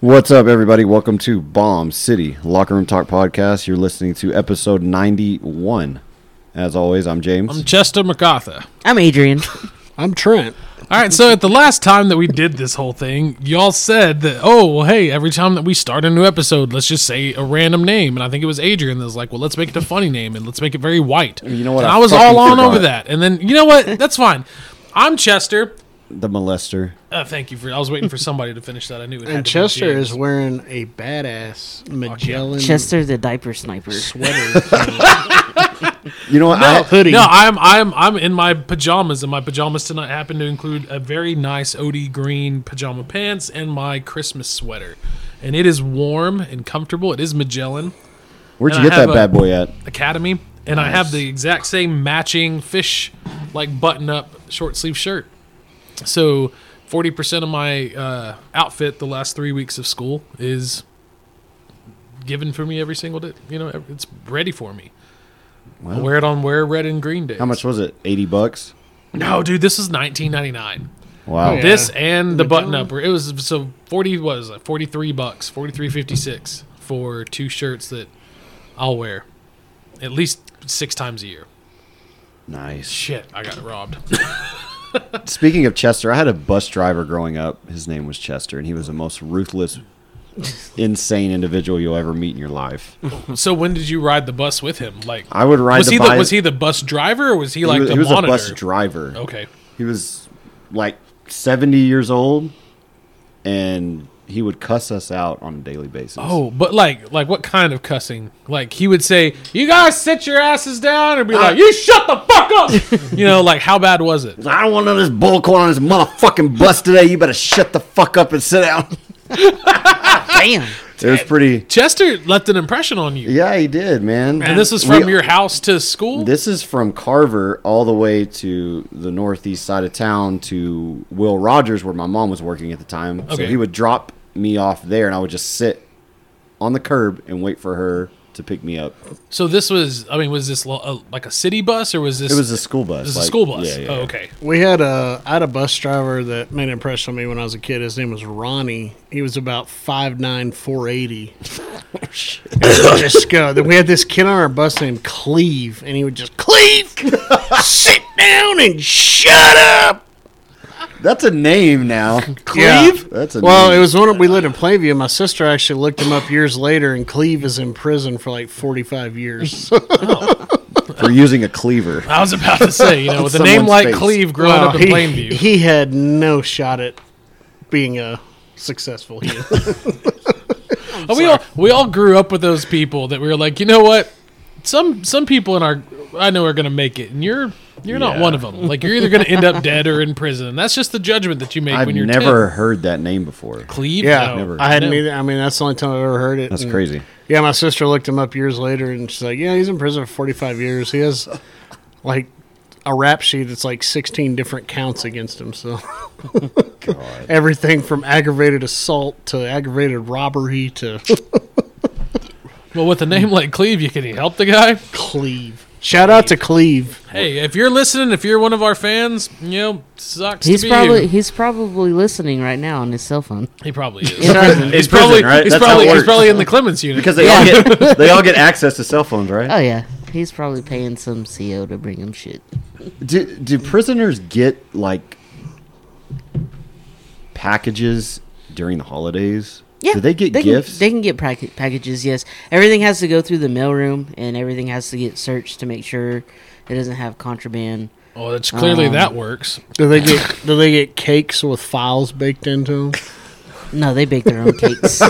What's up, everybody? Welcome to Bomb City Locker Room Talk Podcast. You're listening to episode 91. As always, I'm James. I'm Chester MacArthur. I'm Adrian. I'm Trent. All right, so at the last time that we did this whole thing, y'all said that, oh, well, hey, every time that we start a new episode, let's just say a random name. And I think it was Adrian that was like, well, let's make it a funny name and let's make it very white. You know what? And I I, was fucking all on forgot. over that. And then, you know what? That's fine. I'm Chester. the molester. Uh, thank you for. I was waiting for somebody to finish that. I knew it. had And to be Chester James. is wearing a badass Magellan Chester the diaper sniper. sweater. You know what? no, I, hoodie. No, I'm I'm I'm in my pajamas, and my pajamas tonight happen to include a very nice OD green pajama pants and my Christmas sweater, and it is warm and comfortable. It is Magellan where'd you and I get that have a- bad boy at? Academy, and I have the exact same matching fish like button up short sleeve shirt. So, forty percent of my uh, outfit the last three weeks of school is given for me every single day. You know, it's ready for me. I wear it on wear red and green days. How much was it? 80 bucks? No, dude, this is 1999. Wow. Oh, yeah. This and the button up. It was so 40 what was it? 43 bucks, 43.56 for two shirts that I'll wear at least 6 times a year. Nice. Shit, I got robbed. Speaking of Chester, I had a bus driver growing up. His name was Chester, and he was the most ruthless, insane individual you'll ever meet in your life. so when did you ride the bus with him? Like I would ride Was the he bi- the was he the bus driver or was he He like was, the he was a monitor? Oh, bus driver. okay. he was like 70 years old and he would cuss us out on a daily basis Oh, but like like what kind of cussing? Like he would say, "You guys sit your asses down," and Ah. be like, "You shut the fuck up." you know, like how bad was it? i don't want none of this bull corn on this motherfucking bus today you better shut the fuck up and sit down Damn. it was pretty Chester left an impression on you. yeah he did man And this is We- from your house to school? this is from carver all the way to the northeast side of town to will rogers where my mom was working at the time so Okay. he would drop me off there and i would just sit on the curb and wait for her to pick me up so this was, I mean, was this lo- uh, like a city bus or was this? it was a school bus this is a like- school bus. yeah, yeah, oh, yeah. okay. we had a I had a bus driver that made an impression on me when I was a kid. His name was Ronnie. He was about five nine, four eighty. just go. Then we had this kid on our bus named Cleve, and he would just Cleve, sit down and shut up. That's a name now. Cleve? That's a Well, name. it was one we lived in Plainview. My sister actually looked him up years later, and Cleve is in prison for like forty-five years. for using a cleaver. I was about to say, you know, with a Someone's name like face. Cleve growing Wow, up in he, Plainview. he had no shot at being a successful human. Uh, we all we all grew up with those people that we were like, you know what? Some some people in our I know are going to make it, and you're you're not Yeah. one of them. Like you're either going to end up dead or in prison. That's just the judgment that you make I've when you're never 10. heard that name before. Cleve. yeah, No. never. I hadn't No. either. I mean, that's the only time I've ever heard it. That's and- crazy. Yeah, my sister looked him up years later, and she's like, "Yeah, he's in prison for forty-five years. He has like a rap sheet that's like sixteen different counts against him. So everything from aggravated assault to aggravated robbery to Well, with a name like Cleve, you can you help the guy. Cleve. Shout out to Cleve. Hey, if you're listening, if you're one of our fans, you know, sucks. to He's be probably you. he's probably listening right now on his cell phone. he probably is. In prison. He's It's prison, probably right? he's That's how probably it he's works. probably in the Clemens unit. Because they all get they all get access to cell phones, right? Oh yeah. He's probably paying some CO to bring him shit. Do, do prisoners get like packages during the holidays? Yeah. Do they get they gifts? Can, they can get pack- packages, yes. Everything has to go through the mailroom and everything has to get searched to make sure it doesn't have contraband. oh, that's clearly Um, that works. Do they get do they get cakes with files baked into them? No, they bake their own cakes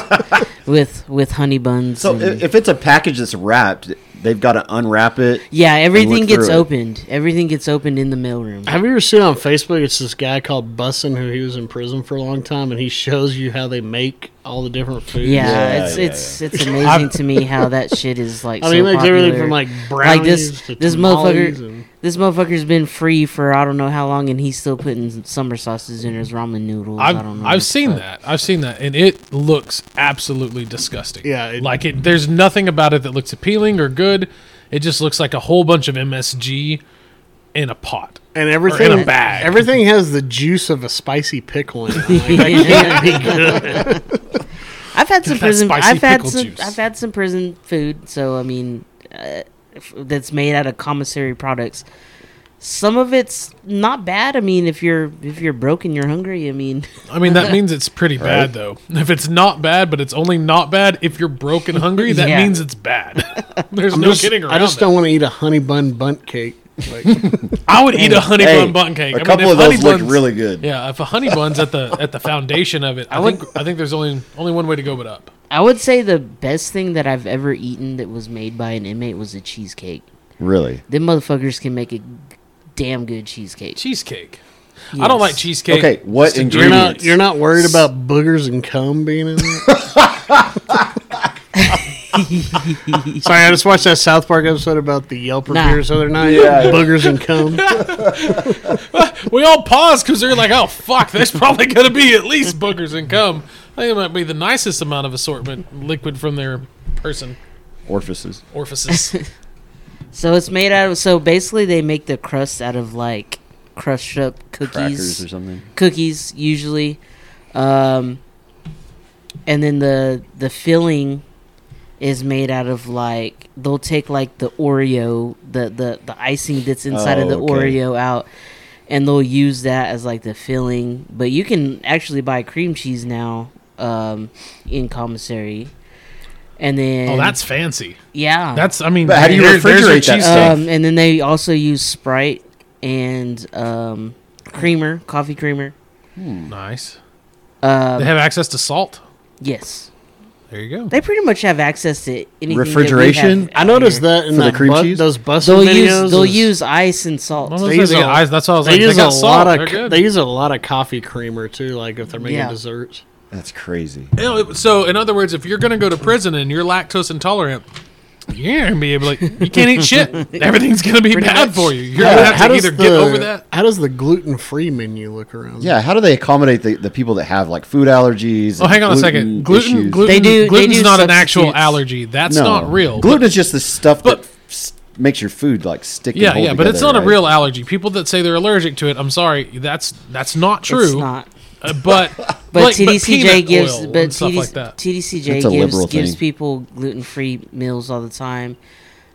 with with honey buns. so and- if, if it's a package that's wrapped, they've got to unwrap it. yeah, everything look gets through it. opened. Everything gets opened in the mailroom. Have you ever seen on Facebook? It's this guy called Bussin who he was in prison for a long time, and he shows you how they make all the different foods. Yeah, Yeah, it's yeah, it's it's amazing to me how that shit is like. I mean, so he makes everything popular. from like brownies like this to this tamales motherfucker and- this motherfucker's been free for I don't know how long, and he's still putting summer sauces in his ramen noodles. I don't I've know. I've seen that. I've seen that, and it looks absolutely disgusting. Yeah, it- like it. There's nothing about it that looks appealing or good. It just looks like a whole bunch of MSG in a pot. and everything in a bag. Everything has the juice of a spicy pickle in it. Like, that Yeah. can't be good. I've had some that prison. spicy I've had pickle some. juice. I've had some prison food. So I mean, uh, f- that's made out of commissary products. Some of it's not bad. I mean, if you're if you're broke and you're hungry, I mean, I mean, that means it's pretty bad, though. If it's not bad, but it's only not bad if you're broken hungry, that Yeah. means it's bad. There's I'm no just- kidding around. I just that. don't want to eat a honey bun bunt cake. Like, I would eat a honey Hey, bun bun cake. A I mean, couple if of those honey looked buns- really good. Yeah, if a honey bun's at the at the foundation of it, I, think I think there's only only one way to go but up. I would say the best thing that I've ever eaten that was made by an inmate was a cheesecake. Really. Them motherfuckers can make a g- damn good cheesecake. Cheesecake. I don't Yes. like cheesecake. Okay, what Stick- you're not Ingredients. you're not worried about boogers and cum being in it. Sorry, I just watched that South Park episode about the Yelp Nah. reviewers the other night. Yeah. Boogers and cum. We all pause because they're like, "Oh fuck, there's probably gonna be at least boogers and cum." I think it might be the nicest amount of assortment liquid from their person Orifices. orifices. So it's made out of. So basically, they make the crust out of like crushed up cookies. Crackers or something. cookies usually, um, and then the the filling is made out of like they'll take like the Oreo the the the icing that's inside of Oh, the okay. Oreo out, and they'll use that as like the filling. But you can actually buy cream cheese now um, in commissary, and then oh, that's fancy. yeah That's I mean, But how do you there- there's your refrigerate that cheesesteak. stuff? um, and then they also use Sprite and um, creamer coffee creamer. Nice. Um, uh, They have access to salt. yes. There you go. They pretty much have access to anything. Refrigeration? I noticed that in For the that cream bu- cheese? those bus They'll videos. use they'll is- use ice and salt. Well, They that's- use they a- got eyes- that's what I was They like. use they a got salt. lot They're of c- good. they use a lot of coffee creamer too, like if they're making Yeah. desserts. That's crazy. You know, so in other words, if you're going to go to prison and you're lactose intolerant, you're going to be able like you can't eat shit. Everything's going to be bad much. for you. You're going to have to either get over that. How does the gluten free menu look around? Yeah, how do they accommodate the, the people that have like food allergies? Oh, hang on a second. Gluten, gluten, They do- they gluten's do not an actual substitutes. allergy. That's not real. Gluten is just the stuff But- that s- makes your food like stick. and yeah, hold yeah, but it's not together, a right? real allergy. People that say they're allergic to it, I'm sorry, that's that's not true. It's not. Uh, but But like, TDCJ peanut gives oil but and stuff TD, like that. TDCJ It's a gives liberal gives thing. people gluten free meals all the time.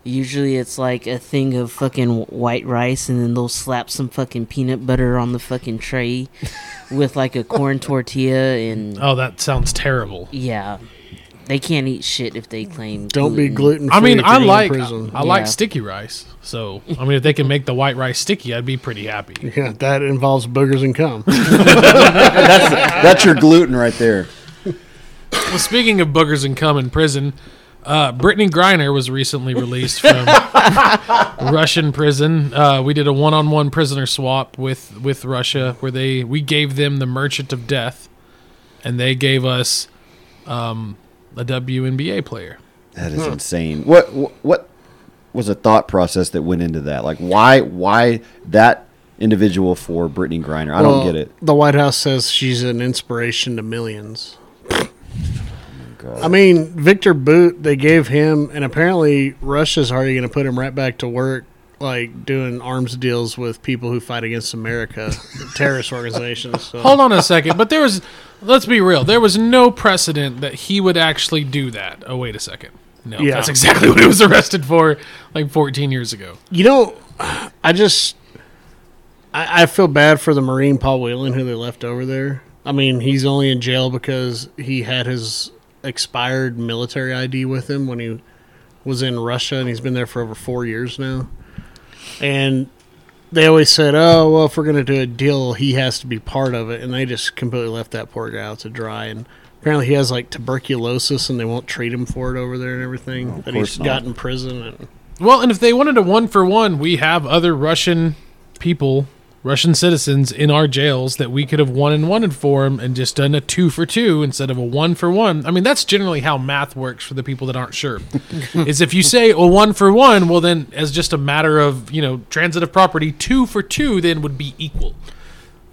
Usually it's like a thing of fucking white rice, and then they'll slap some fucking peanut butter on the fucking tray with like a corn tortilla, and Oh, that sounds terrible. yeah, they can't eat shit if they claim Don't be gluten free. Mm. I mean, I like I, prison. like Yeah. sticky rice. So I mean, if they can make the white rice sticky, I'd be pretty happy. yeah, that involves boogers and cum. That's your gluten right there. Well, speaking of boogers and cum in prison, uh, Brittany Griner was recently released from Russian prison. Uh, we did a one-on-one prisoner swap with with Russia, where they we gave them the Merchant of Death, and they gave us um, a WNBA player. That is insane. What wh- what was the thought process that went into that? Like why why that individual for Brittany Griner? I don't Well, get it. The White House says she's an inspiration to millions. God. I mean, Victor Boot, they gave him, and apparently Russia's already going to put him right back to work, like doing arms deals with people who fight against America, terrorist organizations. So. Hold on a second, but there was, let's be real, there was no precedent that he would actually do that. Oh, wait a second. No, Yeah. that's exactly what he was arrested for like 14 years ago. You know, I just I, I feel bad for the Marine Paul Whelan who they left over there. I mean, he's only in jail because he had his expired military ID with him when he was in Russia, and he's been there for over four years now. And they always said, "Oh, well, if we're going to do a deal, he has to be part of it," and they just completely left that poor guy out to dry. And apparently, he has like tuberculosis, and they won't treat him for it over there and everything that he's course not. got in prison. And Well, and if they wanted a one for one, we have other Russian people, Russian citizens in our jails that we could have one and one for them and just done a two for two instead of a one for one. I mean, that's generally how math works for the people that aren't sure. is if you say a one for one, well, then as just a matter of, you know, transitive property, two for two then would be equal.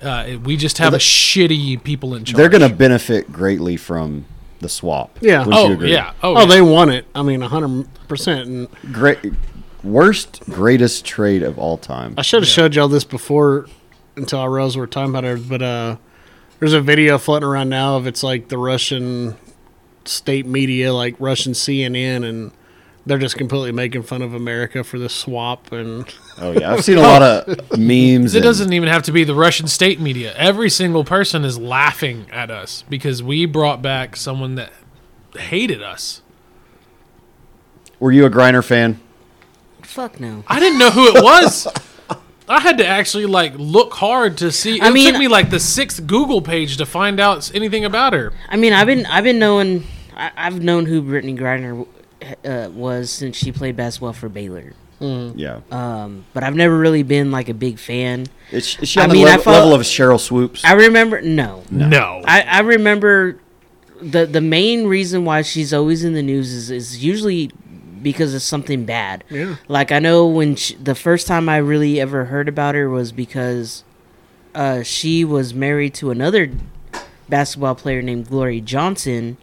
Uh, we just have Well, a shitty people in charge. They're going to benefit greatly from the swap. Yeah. Wouldn't you Oh, agree? yeah. Oh, Oh, yeah. they won it. I mean, hundred percent. And Great worst greatest trade of all time. I should have showed y'all this before until I realized we were talking about it. But uh, there's a video floating around now of it's like the Russian state media like Russian CNN, and they're just completely making fun of America for this swap. And Oh yeah, I've seen a lot of memes. It and- doesn't even have to be the Russian state media. Every single person is laughing at us because we brought back someone that hated us. Were you a Griner fan? Fuck no. I didn't know who it was. I had to actually like look hard to see. It I mean- took me like the sixth Google page to find out s- anything about her. I mean, I've been I've been knowing I, I've known who Brittany Griner uh, was since she played basketball for Baylor, Yeah, um, but I've never really been like a big fan. it's, is she I on the mean, I level, follow- level of Cheryl Swoops? I remember no, No, I, I remember the the main reason why she's always in the news is, is usually because of something bad. Yeah. Like I know when she, the first time I really ever heard about her was because uh, she was married to another basketball player named Glory Johnson,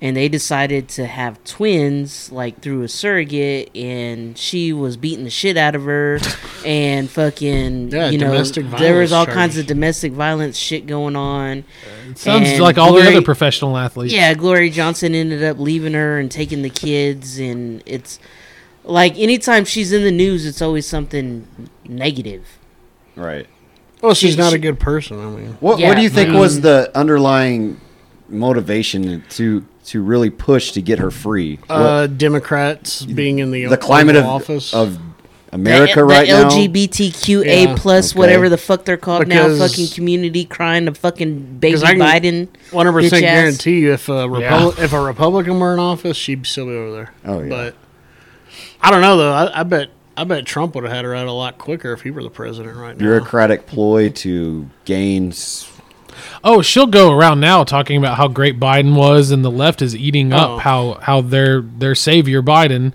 and they decided to have twins like through a surrogate, and she was beating the shit out of her, and fucking Yeah, you know domestic there was violence all charge. kinds of domestic violence shit going on. sounds And like all the Glory- other professional athletes. Yeah, Glory Johnson ended up leaving her and taking the kids, and it's like anytime she's in the news, it's always something negative. Right. well, she's not she- a good person. I mean, What Yeah, Mm. What do you think I was mean- the underlying motivation to to really push to get her free? uh, Democrats being in the What- the climate of Oval office of America the, right the now. LGBTQA Yeah. plus Okay. whatever the fuck they're called Because- now, fucking community crying to fucking baby Because I Biden. can one hundred percent bitch ass. guarantee you, if a Repub- if a Republican were in office, she'd still be over there. Oh, yeah. But I don't know though. I, I bet I bet Trump would have had her out a lot quicker if he were the president right now. Oh. bureaucratic ploy to gain. s- Oh, she'll go around now talking about how great Biden was, and the left is eating Oh. up how how their their savior Biden,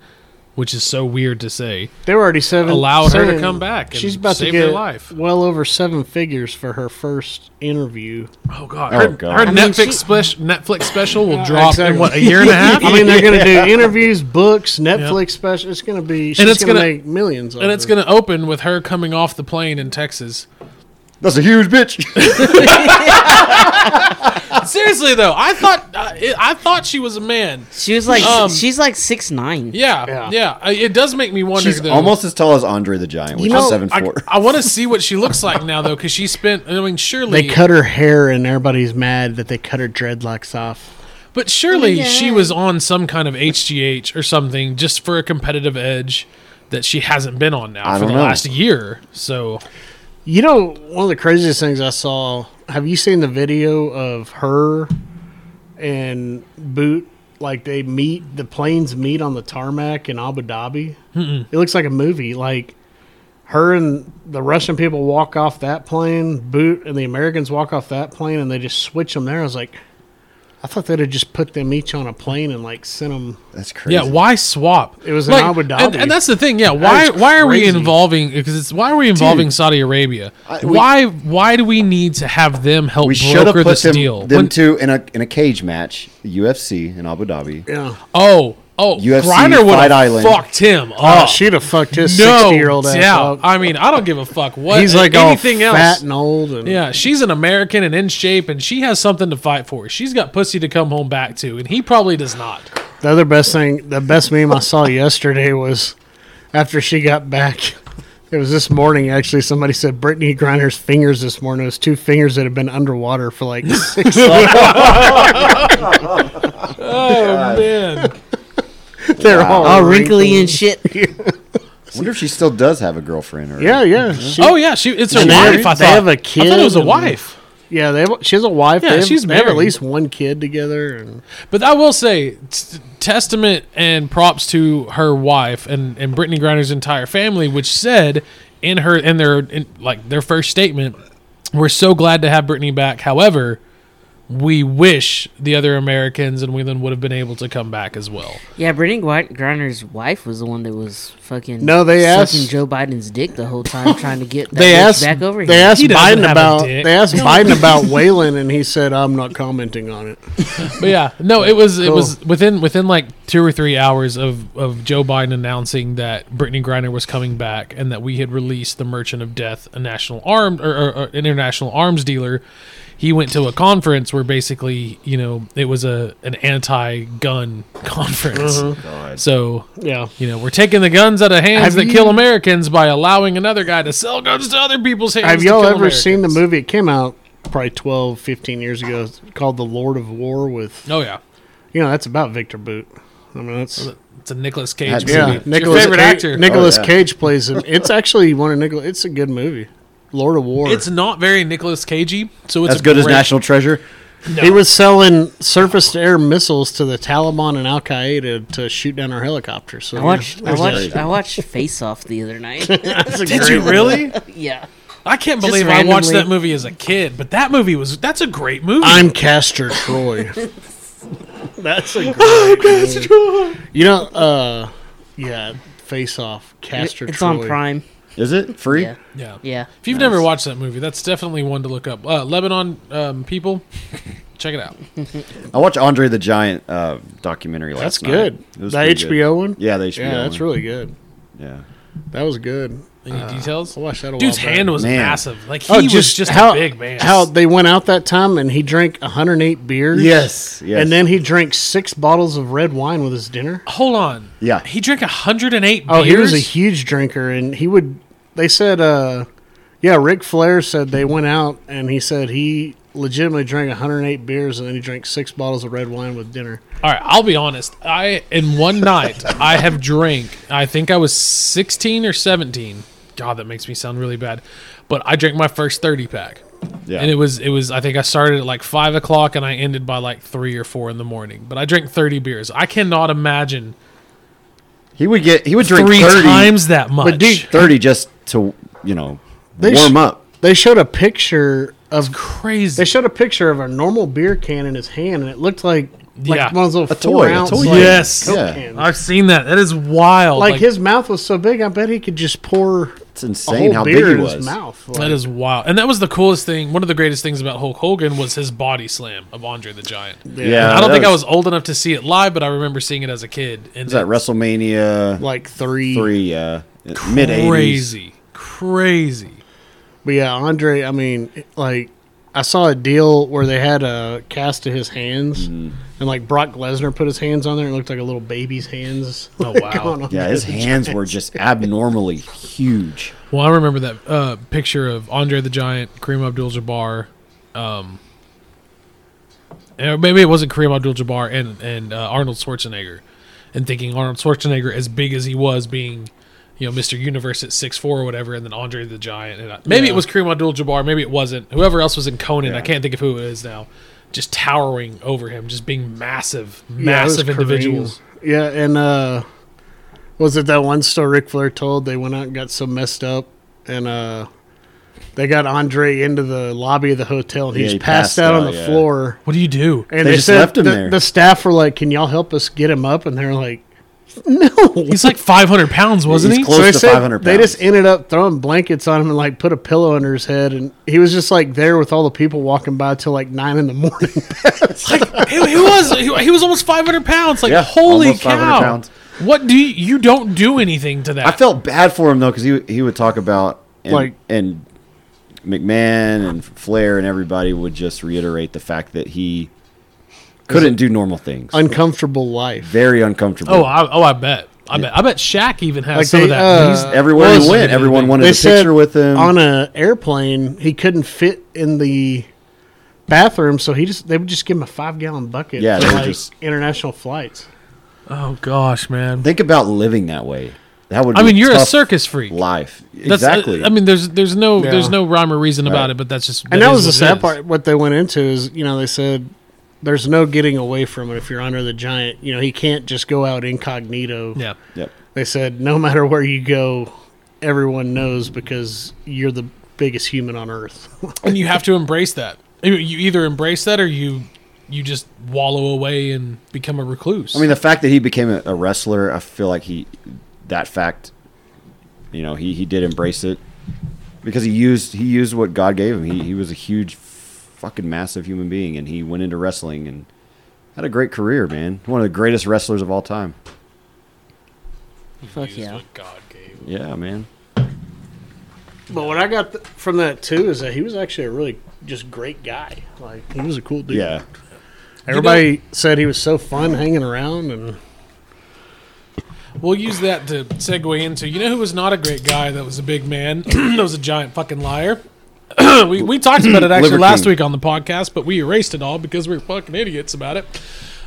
which is so weird to say. They were already seven. Allow her to seven- come back and she's about save to their get life. well over seven figures for her first interview. Oh God, Oh, her, God. her I mean, Netflix she- spe- Netflix special will drop in what a exactly. year and a half. I mean, they're going to do interviews, books, Netflix special. It's going to be. She's it's going to gonna- make millions. and it's going to open with her coming off the plane in Texas. That's a huge bitch. Seriously though, I thought I, I thought she was a man. She was like Um, she's like six nine. Yeah, Yeah. yeah. I- It does make me wonder. She's though. almost as tall as Andre the Giant, which know, is seven I, four. I want to see what she looks like now though, because she spent. I mean, surely They cut her hair, and everybody's mad that they cut her dreadlocks off. But surely she was on some kind of HGH or something just for a competitive edge that she hasn't been on now I for don't the know. last year. So You know, one of the craziest things I saw. Have you seen the video of her and Boot? Like they meet, the planes meet on the tarmac in Abu Dhabi. It looks like a movie. Like her and the Russian people walk off that plane, Boot and the Americans walk off that plane, and they just switch them there. I was like, I thought they'd have just put them each on a plane and like sent them. That's crazy. yeah, why swap? It was in Abu Dhabi. and, and that's the thing. Yeah, why is why are we crazy. involving? Because it's why are we involving Dude. Saudi Arabia? I- we- why why do we need to have them help we should have broker put this them, deal? them When- two in a in a cage match, the UFC in Abu Dhabi. Yeah, oh oh, UFC Griner would Fight Island. have fucked him. oh, up. she'd have fucked his no sixty-year-old ass doubt. up. I mean, I don't give a fuck what He's like anything all else. fat and old. And Yeah, she's an American and in shape, and she has something to fight for. She's got pussy to come home back to, and he probably does not. The other best thing, the best meme I saw yesterday was after she got back. It was this morning, actually. Somebody said Brittany Griner's fingers this morning. It was two fingers that had been underwater for like six months. Oh man, They're all, All wrinkly and shit. I wonder if she still does have a girlfriend. Or Yeah, yeah. She, oh yeah, she it's her And they- wife. I thought they have a I kid thought it was a and- wife. yeah. They have, she has a wife. Yeah, they have, she's they have at married. least one kid together. And But I will say, t- testament and props to her wife and and Brittany Griner's entire family, which said in her in their in, like their first statement, "We're so glad to have Brittany back." However. We wish the other Americans and Wheeland would have been able to come back as well. Yeah, Brittany Gwi- Griner's wife was the one that was fucking No, they sucking asked- Joe Biden's dick the whole time trying to get that they bitch asked back over they here. asked He doesn't have Biden a about dick. they asked Biden about Whalen, and he said, "I'm not commenting on it." But yeah, no, it was it Cool. was within within like two or three hours of, of Joe Biden announcing that Brittany Griner was coming back and that we had released the Merchant of Death, a national arm or, or, or international arms dealer. He went to a conference where basically, you know, it was a an anti-gun conference. God. So Yeah. you know, we're taking the guns out of hands Mm-hmm. Have that you- kill Americans by allowing another guy to sell guns to other people's hands. Have to y'all kill ever seen the Americans. movie? It came out probably 12, 15 years ago. It's called The Lord of War with, Oh yeah, you know, that's about Victor Boot. I mean, that's. it's a Nicolas Cage That's- movie. Yeah, Yeah, Nicholas, Your favorite actor. Nicholas Oh, yeah. Cage plays him. It's actually one of Nicholas. It's a good movie. Lord of War. it's not very Nicolas Cagey, so it's As a good as great- National Treasure. He was selling surface to air missiles to the Taliban and Al Qaeda to shoot down our helicopters. So I watched. I there's that. watched. I watched Face Off the other night. That's a Did great you one. really? yeah. I can't Just believe I watched randomly. that movie as a kid, but that movie was that's a great movie. I'm Caster Troy. That's a great. I'm Caster Troy. You know, uh, yeah, Face Off, Caster it's Troy. on Prime. Is it free? Yeah. yeah. Yeah. If you've never watched that movie, that's definitely one to look up. Uh, Lebanon um, people, check it out. I watched Andre the Giant uh, documentary last That's night. good. It was The pretty good. HBO one. Yeah, the HBO. Yeah, that's one. really good. Yeah. That was good. Any details? Uh, I watched that a Dude's while back. hand was Man. massive. Like he Oh, was just how, a big man. How they went out that time and he drank 108 beers. Yes. And then he drank six bottles of red wine with his dinner. Hold on. Yeah. He drank 108 Oh, beers. he was a huge drinker, and he would. They said, uh, yeah, Ric Flair said they went out, and he said he legitimately drank 108 beers, and then he drank six bottles of red wine with dinner. All right, I'll be honest. I in one night I have drank. I think I was 16 or 17. God, that makes me sound really bad. But I drank my first 30 pack, Yeah. and it was it was. I think I started at like five o'clock and I ended by like three or four in the morning. But I drank 30 beers. I cannot imagine he would get he would drink three 30, times that much. dude, 30 just to you know They warm sh- up. They showed a picture of. crazy. They showed a picture of a normal beer can in his hand, and it looked like like Yeah. one of those A four toy, a ounce toy. like, Yes. Coke Yeah. cans. I've seen that. That is wild. like his mouth was so big, I bet he could just pour It's a insane whole how big beer he in was. his mouth. That Like, is wild. And that was the coolest thing. One of the greatest things about Hulk Hogan was his body slam of Andre the Giant. Yeah. I don't that think I was old enough to see it live, but I remember seeing it as a kid. And was that WrestleMania like three, 3 uh mid 80s. crazy, crazy. But yeah, Andre, I mean, like, I saw a deal where they had a cast of his hands, Mm-hmm. and like Brock Lesnar put his hands on there. and It looked like a little baby's hands. Oh, like, wow. on him. Yeah, his hands were just abnormally huge. Well, I remember that uh, picture of Andre the Giant, Kareem Abdul-Jabbar. Um, and maybe it wasn't Kareem Abdul-Jabbar and and uh, Arnold Schwarzenegger, and thinking Arnold Schwarzenegger as big as he was, being you know Mr. Universe at six four or whatever, and then Andre the Giant. And I, maybe it was Kareem Abdul-Jabbar, maybe it wasn't. Whoever else was in Conan, I can't think of who it is now. Just towering over him, just being massive, Yeah, it was massive Kareem. individuals. Yeah, and uh, was it that one story Ric Flair told? They went out and got so messed up, and uh, they got Andre into the lobby of the hotel, and he Yeah, just he passed, passed out on out, the yeah. floor. What do you do? And They they, just said left him the, there. the staff were like, "Can y'all help us get him up?" And they're like, "No." He's like 500 pounds, wasn't He's he? close they to said 500 They just pounds. ended up throwing blankets on him and like put a pillow under his head, and he was just like there with all the people walking by till like nine in the morning. like he, he was he, he was almost 500 pounds like Yeah, holy almost 500 cow pounds. what do you you don't do anything to that I felt bad for him though cuz he would- he would talk about and, Like- and McMahon and Flair and everybody would just reiterate the fact that he couldn't do normal things. Uncomfortable life. Very uncomfortable. oh I, oh I bet I bet I bet Shaq even has Like some of they, that uh, He's- Everywhere Well, he it's- went, everyone wanted They a picture with him. on a airplane he couldn't fit in the bathroom, so he just they would just give him a five gallon bucket Yeah, for they would like just- international flights. oh gosh man Think about living that way. That would. I be mean you're a tough circus freak life. That's- uh, exactly. I mean there's there's no Yeah. there's no rhyme or reason about Right. it but that's just And that is was the what it sad is. part. What they went into is, you know, they said there's no getting away from it if you're under the giant. You know, he can't just go out incognito. yeah yep. They said no matter where you go, everyone knows because you're the biggest human on earth. and you have to embrace that you you either embrace that or you you just wallow away and become a recluse I mean, the fact that he became a, a wrestler, I feel like he, that fact, you know, he he did embrace it because he used he used what God gave him. He he was a huge, fucking massive human being, and he went into wrestling and Had a great career, man. One of the greatest wrestlers of all time. Fuck Used yeah. what God gave. Yeah, man. But what I got th- from that too is that he was actually a really just great guy. Like he was a cool dude. Yeah. Everybody said he was so fun hanging around, and We'll use that to segue into. You know who was not a great guy? That was a big man. that was a giant fucking liar. we, we talked about it actually Liver last King. week on the podcast, but we erased it all because we were fucking idiots about it.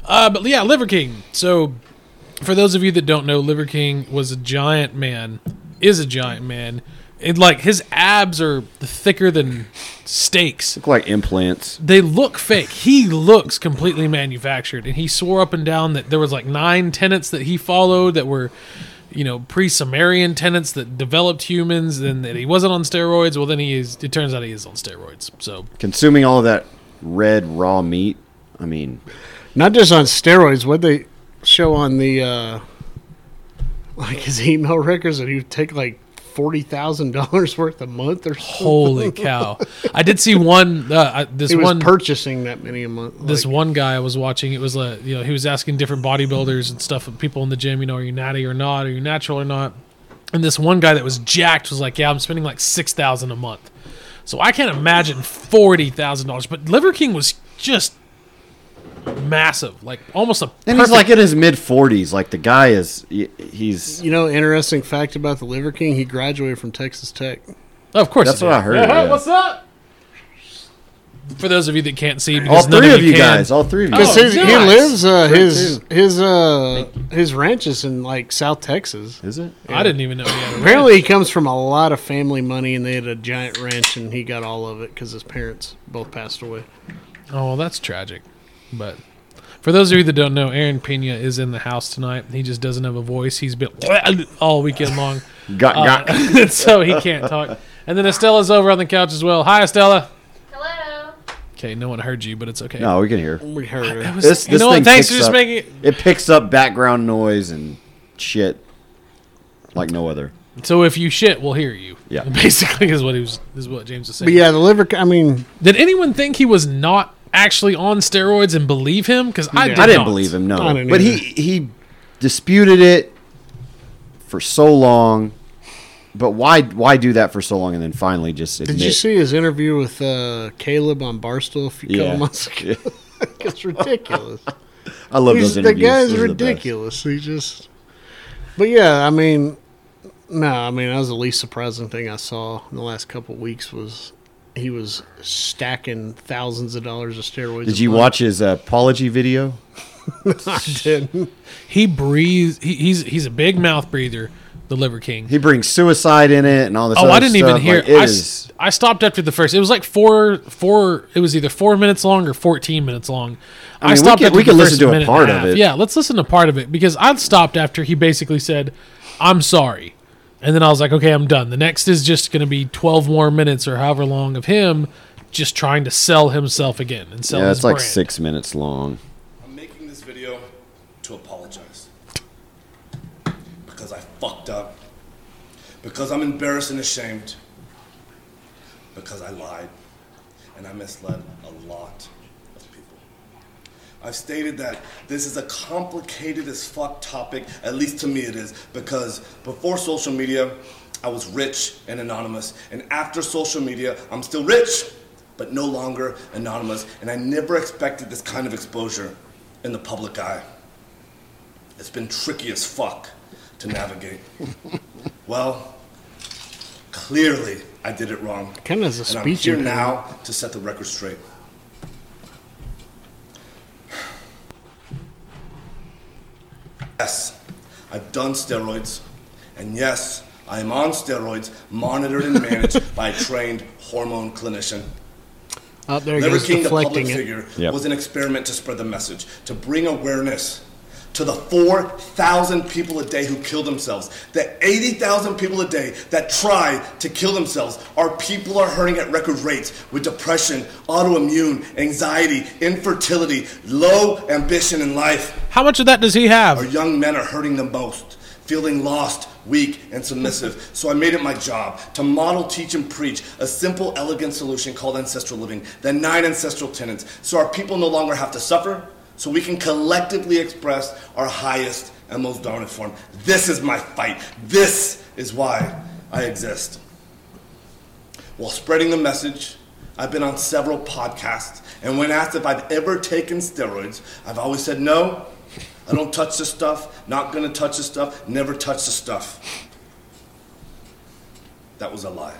Uh, but yeah, Liver King. So, for those of you that don't know, Liver King was a giant man, is a giant man. And like his abs are thicker than steaks Look like implants. they look fake. He looks completely manufactured, and he swore up and down that there was like nine tenets that he followed that were, you know, pre-Sumerian tenets that developed humans, and that he wasn't on steroids. Well, then he is. It turns out he is on steroids. So Consuming all that red raw meat. I mean, not just on steroids. What they show on the uh like his email records that he would take like forty thousand dollars worth a month or something. holy cow! I did see one. Uh, I- Oh, this he was one. purchasing that many a month. this like, one guy I was watching, it was like, you know, he was asking different bodybuilders and stuff, and people in the gym, you know, are you natty or not? Are you natural or not? And this one guy that was jacked was like, yeah, I'm spending like 6000 a month. So I can't imagine $40,000. But Liver King was just massive, like almost a and perfect- he's like in his mid 40s. Like the guy is, he- he's. You know, interesting fact about the Liver King, he graduated from Texas Tech. Oh, of course. That's he what did. I heard, Yeah, yeah. What's up? For those of you that can't see, All because none three of you can, guys. All three of you. Oh, Because guys. his- he nice. lives uh, Great his too. his uh his ranch is in like South Texas. Is it? I didn't even know he had a Apparently, he comes from a lot of family money, and they had a giant ranch, and he got all of it because his parents both passed away. Oh, well, that's tragic. But for those of you that don't know, Aaron Pena is in the house tonight. He just doesn't have a voice. He's been all weekend long, Got, got. uh, so he can't talk. And then Estella's over on the couch as well. Hi, Estella. Hello. Okay, no one heard you, but it's okay. No, we can hear. We heard It her. was- This, you this know thing what? picks Thanks for just up, making it. It picks up background noise and shit like no other. So if you shit, we'll hear you. Yeah. basically is what he was. Is what James was saying. But yeah, the liver. I mean, Did anyone think he was not actually on steroids and believe him? Because I, Yeah. did I didn't not. believe him, no. I didn't but he either. he disputed it for so long. But why why do that for so long and then finally just admit? did you see his interview with uh, Caleb on Barstool a few couple Yeah. months ago? it's ridiculous. I love He's, those the interviews. guy's Those are the best. ridiculous. he just. But yeah, I mean, no, I mean that was the least surprising thing I saw in the last couple weeks was he was stacking thousands of dollars of steroids. Did you watch his uh, apology video? watch? He breathes. He, he's he's a big mouth breather. The Liver King. He brings suicide in it and all this. Oh, other I didn't even stuff. hear. Like, it I, is- s- I stopped after the first. It was like four, four. It was either four minutes long or fourteen minutes long. I, mean, we stopped. could- after we the could listen first to a minute and part of half. it. Yeah, let's listen to part of it because I stopped after he basically said, "I'm sorry," and then I was like, "Okay, I'm done." The next is just going to be twelve more minutes or however long of him just trying to sell himself again and sell yeah, his it's like brand. six minutes long. I'm making this video to apologize. Because I fucked up. Because I'm embarrassed and ashamed. Because I lied. And I misled a lot of people. I've stated that this is a complicated as fuck topic, at least to me it is, because before social media, I was rich and anonymous. And after social media, I'm still rich, but no longer anonymous. And I never expected this kind of exposure in the public eye. It's been tricky as fuck to navigate. well, clearly I did it wrong. Kind of as a and I'm speech here impediment. now to set the record straight. Yes, I've done steroids, and yes, I am on steroids, monitored and managed by a trained hormone clinician. Up Oh, there Liver goes King, the deflecting public it. figure, Yep. was an experiment to spread the message, to bring awareness to the 4,000 people a day who kill themselves, the 80,000 people a day that try to kill themselves. Our people are hurting at record rates with depression, autoimmune, anxiety, infertility, low ambition in life. How much of that does he Our have? young men are hurting the most, feeling lost, weak, and submissive. So I made it my job to model, teach, and preach a simple, elegant solution called ancestral living, the nine ancestral tenets, so our people no longer have to suffer, so we can collectively express our highest and most dominant form. This is my fight. This is why I exist. While spreading the message, I've been on several podcasts, and when asked if I've ever taken steroids, I've always said no. I don't touch this stuff, not gonna touch this stuff, never touch this stuff. That was a lie.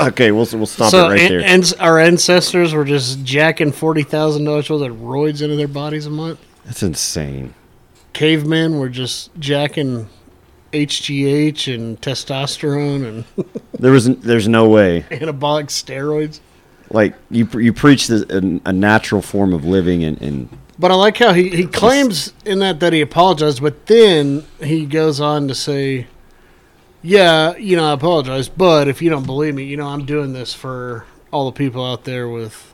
Okay, we'll we'll stop so it right an- there. ans- our ancestors were just jacking forty thousand dollars worth of roids into their bodies a month. That's insane. Cavemen were just jacking HGH and testosterone and There was n- there's no way. anabolic steroids. Like you pre- you preach this, an, a natural form of living and, and But I like how he, he claims in that that he apologized, but then he goes on to say, Yeah, you know, I apologize, but if you don't believe me, you know, I'm doing this for all the people out there with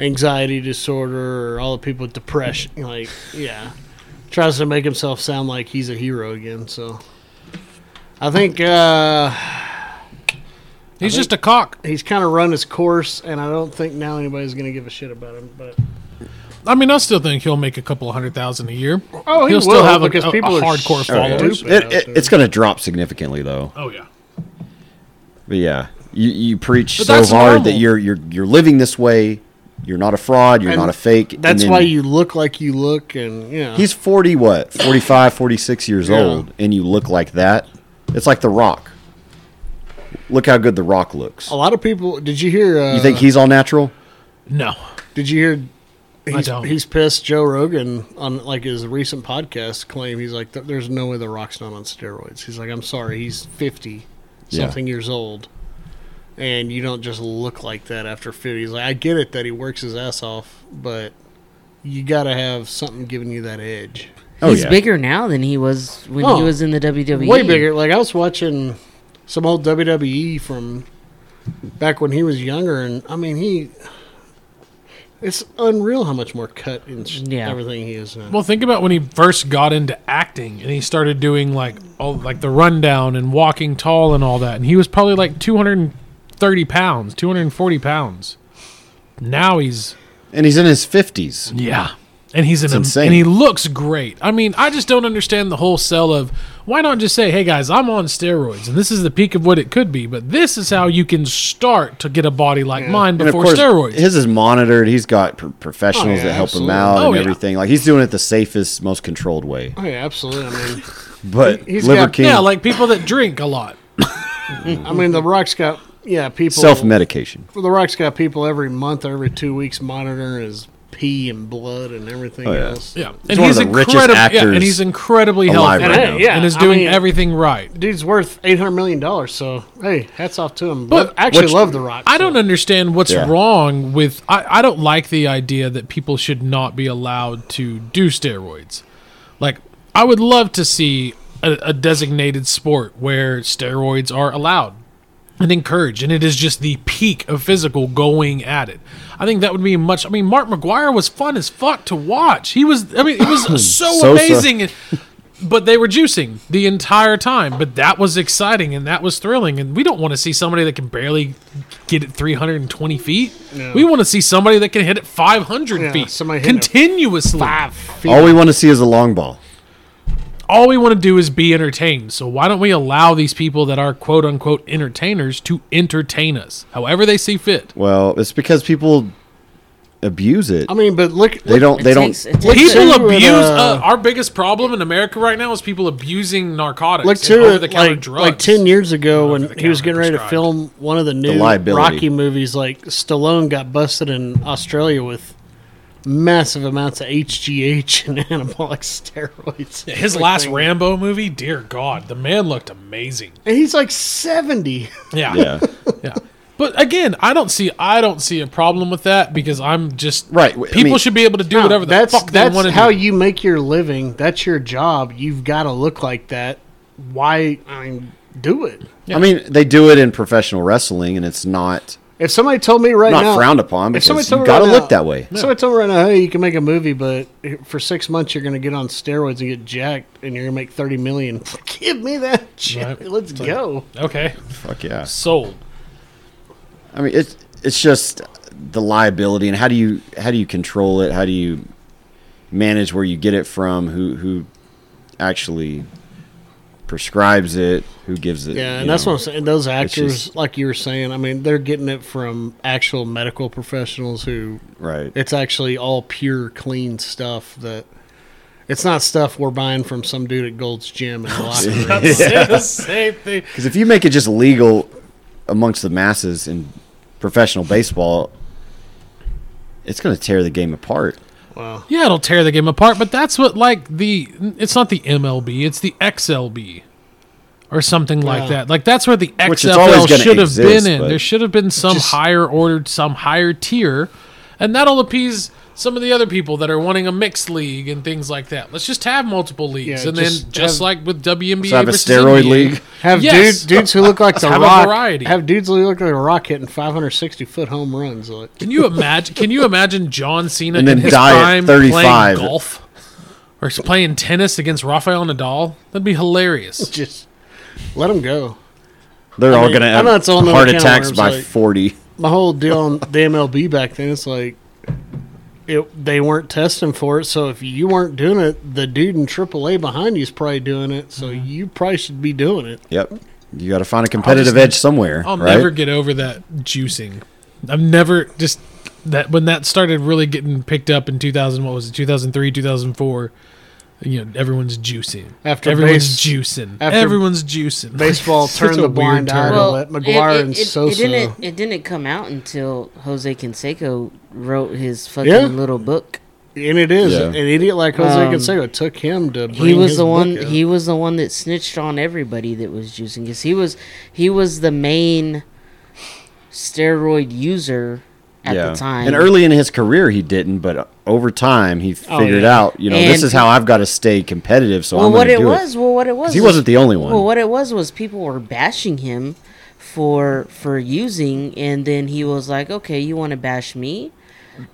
anxiety disorder or all the people with depression. Like, yeah. Tries to make himself sound like he's a hero again, so. I think uh, He's just a cock. he's kind of run his course, and I don't think now anybody's going to give a shit about him. But I mean, I still think he'll make a couple hundred thousand a year. oh, He'll still have a, a- a hardcore followers. stupid out Oh, it, it, there. it's going to drop significantly though. Oh yeah. But yeah, you, you preach But so that's hard that normal. you're you're you're living this way. You're not a fraud. You're And not a fake. and That's then- why you look like you look, and yeah, He's 40 what? 45, 46 years Yeah. old and you look like that. It's like The Rock. Look how good The Rock looks. a lot of people. Did you hear? Oh, Uh, You think he's all natural? No. Did you hear? He's, don't. he's pissed. Joe Rogan on like his recent podcast claim. He's like, "There's no way the Rock's not on steroids." He's like, "I'm sorry, he's 50 Yeah. something years old, and you don't just look like that after 50." He's like, "I get it that he works his ass off, but you got to have something giving you that edge." Oh, He's yeah. bigger now than he was when Oh. he was in the E. WWE. way bigger. Like I was watching some old WWE from back when he was younger, and I mean he. It's unreal how much more cut and sh- Yeah. everything he is now. Well, think about when he first got into acting and he started doing like all like the rundown and walking tall and all that, and he was probably like two hundred and thirty pounds, two hundred and forty pounds. Now he's And he's in his 50s. yeah, and he's an, insane. and he looks great. I mean, I just don't understand the whole sell of why not just say, "Hey guys, I'm on steroids, and this is the peak of what it could be, but this is how you can start to get a body like mine And of before course, steroids." his is monitored. He's got pr- professionals Oh, yeah, that help absolutely. him out Oh, and yeah. everything. Like he's doing it the safest, most controlled way. oh yeah, absolutely. I mean, But He's Liver got- King yeah, like people that drink a lot. I mean, The Rock's got yeah people. self-medication. The Rock's got people every month, or every two weeks monitoring his pee and blood and everything Oh, yeah. else. Yeah, He's one of the richest incredib- yeah, actors and he's incredibly alive healthy, right now. Hey, yeah, and is I doing mean- everything right. Dude's worth eight hundred million dollars, so hey, hats off to him. But But I actually which- love The Rock. I so- don't understand what's Yeah. wrong with. I, I don't like the idea that people should not be allowed to do steroids. Like, I would love to see a, a designated sport where steroids are allowed and encouraged, and it is just the peak of physical going at it. I think that would be much. I mean, Mark McGuire was fun as fuck to watch. He was. I mean, it was so Sosa. amazing. But they were juicing the entire time. But that was exciting and that was thrilling. And we don't want to see somebody that can barely get it 320 feet. We want to see somebody that can hit it 500 Yeah, feet somebody hitting it continuously. All we want to see is a long ball. All we want to do is be entertained. So why don't we allow these people that are quote unquote entertainers to entertain us however they see fit? Well, it's because people abuse it. I mean, but look, they don't. They It don't. takes- it takes a- People too, abuse uh, uh, our biggest problem in America right now is people abusing narcotics, Look and to it over-the-counter like like ten years ago when he was over-the-counter getting ready to prescribed. film one of the new liability. Rocky movies. Like Stallone got busted in Australia with massive amounts of HGH and anabolic steroids. His last Rambo movie, dear God, the man looked amazing. and he's like seventy. Yeah, Yeah. yeah. But again, I don't see I don't see a problem with that because I'm just Right, w- I People mean- should be able to do whatever the that's fuck they that's want to do. how you make your living. That's your job. You've got to look like that. Why I mean, do it? I mean, they do it in professional wrestling, and it's not If somebody told me right not now, frowned upon if somebody because told you me got to right look now- that way. So I told her right now, hey, you can make a movie, but for six months you're going to get on steroids and get jacked, and you're going to make thirty million. Give me that shit. Right. Let's go. okay, Fuck yeah. sold. I mean, it's it's just the liability, and how do you how do you control it? How do you manage where you get it from, who who actually prescribes it, who gives it. Yeah, you and that's know. what I'm saying. Those actors, just- like you were saying, I mean, they're getting it from actual medical professionals who right. it's actually all pure, clean stuff that it's not stuff we're buying from some dude at Gold's Gym in the locker room. the same thing. Because if you make it just legal amongst the masses in professional baseball, it's going to tear the game apart. Wow. Yeah, it'll tear the game apart, but that's what like the it's not the MLB, it's the XLB or something like Yeah. that. Like that's where the Which is always XFL gonna should have exist, been in. but- There should have been some Just- higher ordered, some higher tier, and that'll appease some of the other people that are wanting a mixed league and things like that. Let's just have multiple leagues, Yeah, and just then just have- like with WNBA, So have a versus steroid NBA, league? Have Yes. dude, dudes who look like the Have a Rock. variety. Have dudes who look like the Rock hitting 560 foot home runs. Like, Can you imagine? Can you imagine John Cena And in then his die at prime 35. playing golf or s- playing tennis against Rafael Nadal? That'd be hilarious. just let them go. They're all mean, going to I have know it's all another heart can of attacks worms, by like- 40. my whole deal on the MLB back then, it's like it, they weren't testing for it. So if you weren't doing it, the dude in AAA behind you is probably doing it. So you probably should be doing it. Yep. You got to find a competitive edge somewhere, I'll right? never get over that juicing. I've never just that when that started really getting picked up in 2000. What was it? 2003, 2004. You know, everyone's juicing. After everyone's base- juicing. after everyone's juicing. Baseball It's such turned a the weird blind eye turn. to let McGuire and Sosa. It didn't, it didn't come out until Jose Canseco wrote his fucking Yeah. little book. and it is Yeah. an idiot like Jose Um, Canseco took him to. Bring He was his the book one. out. He was the one that snitched on everybody that was juicing because he was he was the main steroid user at yeah. the time. And early in his career, he didn't, but uh, over time, he Oh, figured yeah. out, you know, this And- is how I've got to stay competitive. So well, I'm what going to it do was, it. well, what it was, he was- wasn't the only one. Well, what it was was people were bashing him for for using, and then he was like, "Okay, you want to bash me?"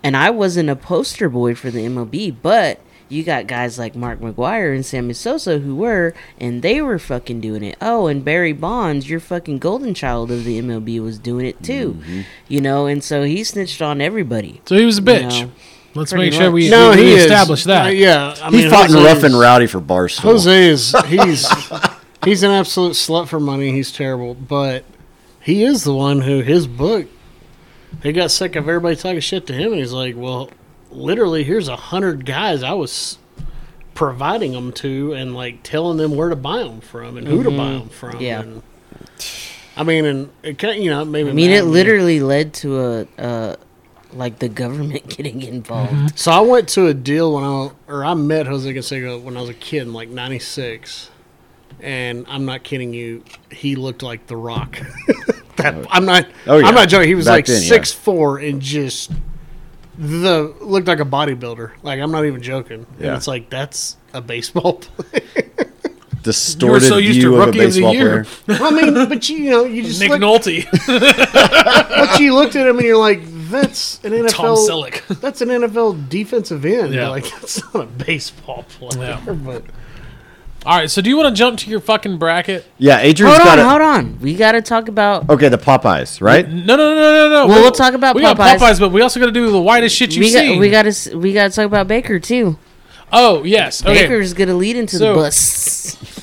And I wasn't a poster boy for the MLB, but you got guys like Mark McGuire and Sammy Sosa who were, and they were fucking doing it. Oh, and Barry Bonds, your fucking golden child of the MLB, was doing it too, Mm-hmm. you know. And so he snitched on everybody. So he was a bitch. No. Let's Pretty make sure we, much. No, we he is. establish that. Uh, yeah, I he mean, fought in Jose rough is- and rowdy for Barstool. Jose is he's he's an absolute slut for money. He's terrible, but he is the one who his book. He got sick of everybody talking shit to him, and he's like, "Well, literally, here's a hundred guys I was providing them to, and like telling them where to buy them from and who to buy them from." Mm-hmm. Yeah. and- I mean, and it kind you know maybe I mean, it literally led to a, a like the government getting involved. So I went to a deal when I or I met Jose Canseco when I was a kid in like '96, and I'm not kidding you, he looked like The Rock. that, I'm not. Oh, yeah. I'm not joking. He was Back like then, yeah. six four and just the looked like a bodybuilder. Like I'm not even joking. And Yeah. it's like that's a baseball player. distorted so used to view of a Rookie of the baseball Year. player. I mean, but you, you know, you just Nick look, Nolte, but you looked at him and you're like, that's an NFL. Tom Selleck. That's an NFL defensive end. Yeah. Like that's not a baseball player. Yeah. But All right, so do you want to jump to your fucking bracket? Yeah, Adrian's Hold on, got it. hold on. We got to talk Oh, about. Okay, the Popeyes, right? No, no, no, no, no. Well, we'll talk about we Popeyes. got Popeyes, but we also got to do the whitest shit you've We seen. got, we got to we got to talk about Baker too. oh yes, okay. Baker's gonna lead into So- the bus.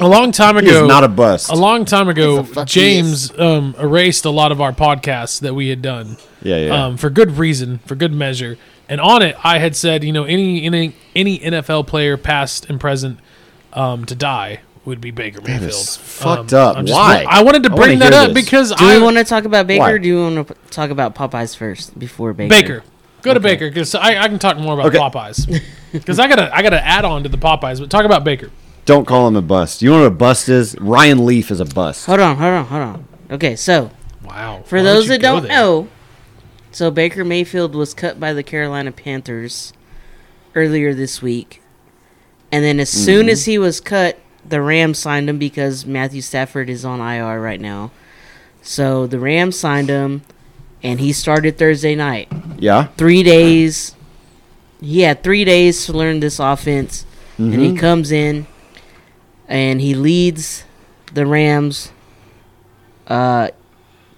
A long time He ago, is not a bust. a long time ago, fuck he James um, erased a lot of our podcasts that we had done. yeah, yeah. um, for good reason, for good measure. And on it, I had said, you know, any any any NFL player, past and present, um, to die would be Baker Mayfield. is Um, fucked up. I'm just- Why? I wanted to I wanna bring that hear up this. because Do I we want to talk about Baker? Why? or Do you want to talk about Popeyes first before Baker? Baker. Go to Baker because I, I can talk more about Okay. Popeyes because I gotta I gotta add on to the Popeyes, but talk about Baker. Don't call him a bust. You know what a bust is? Ryan Leaf is a bust. Hold on, hold on, hold on. Okay, so Wow. for those that don't know, so Baker Mayfield was cut by the Carolina Panthers earlier this week, and then as soon as he was cut, the Rams signed him because Matthew Stafford is on IR right now. So the Rams signed him, and he started Thursday night. Yeah, three days. He had three days to learn this offense, and Mm-hmm. he comes in and he leads the Rams uh,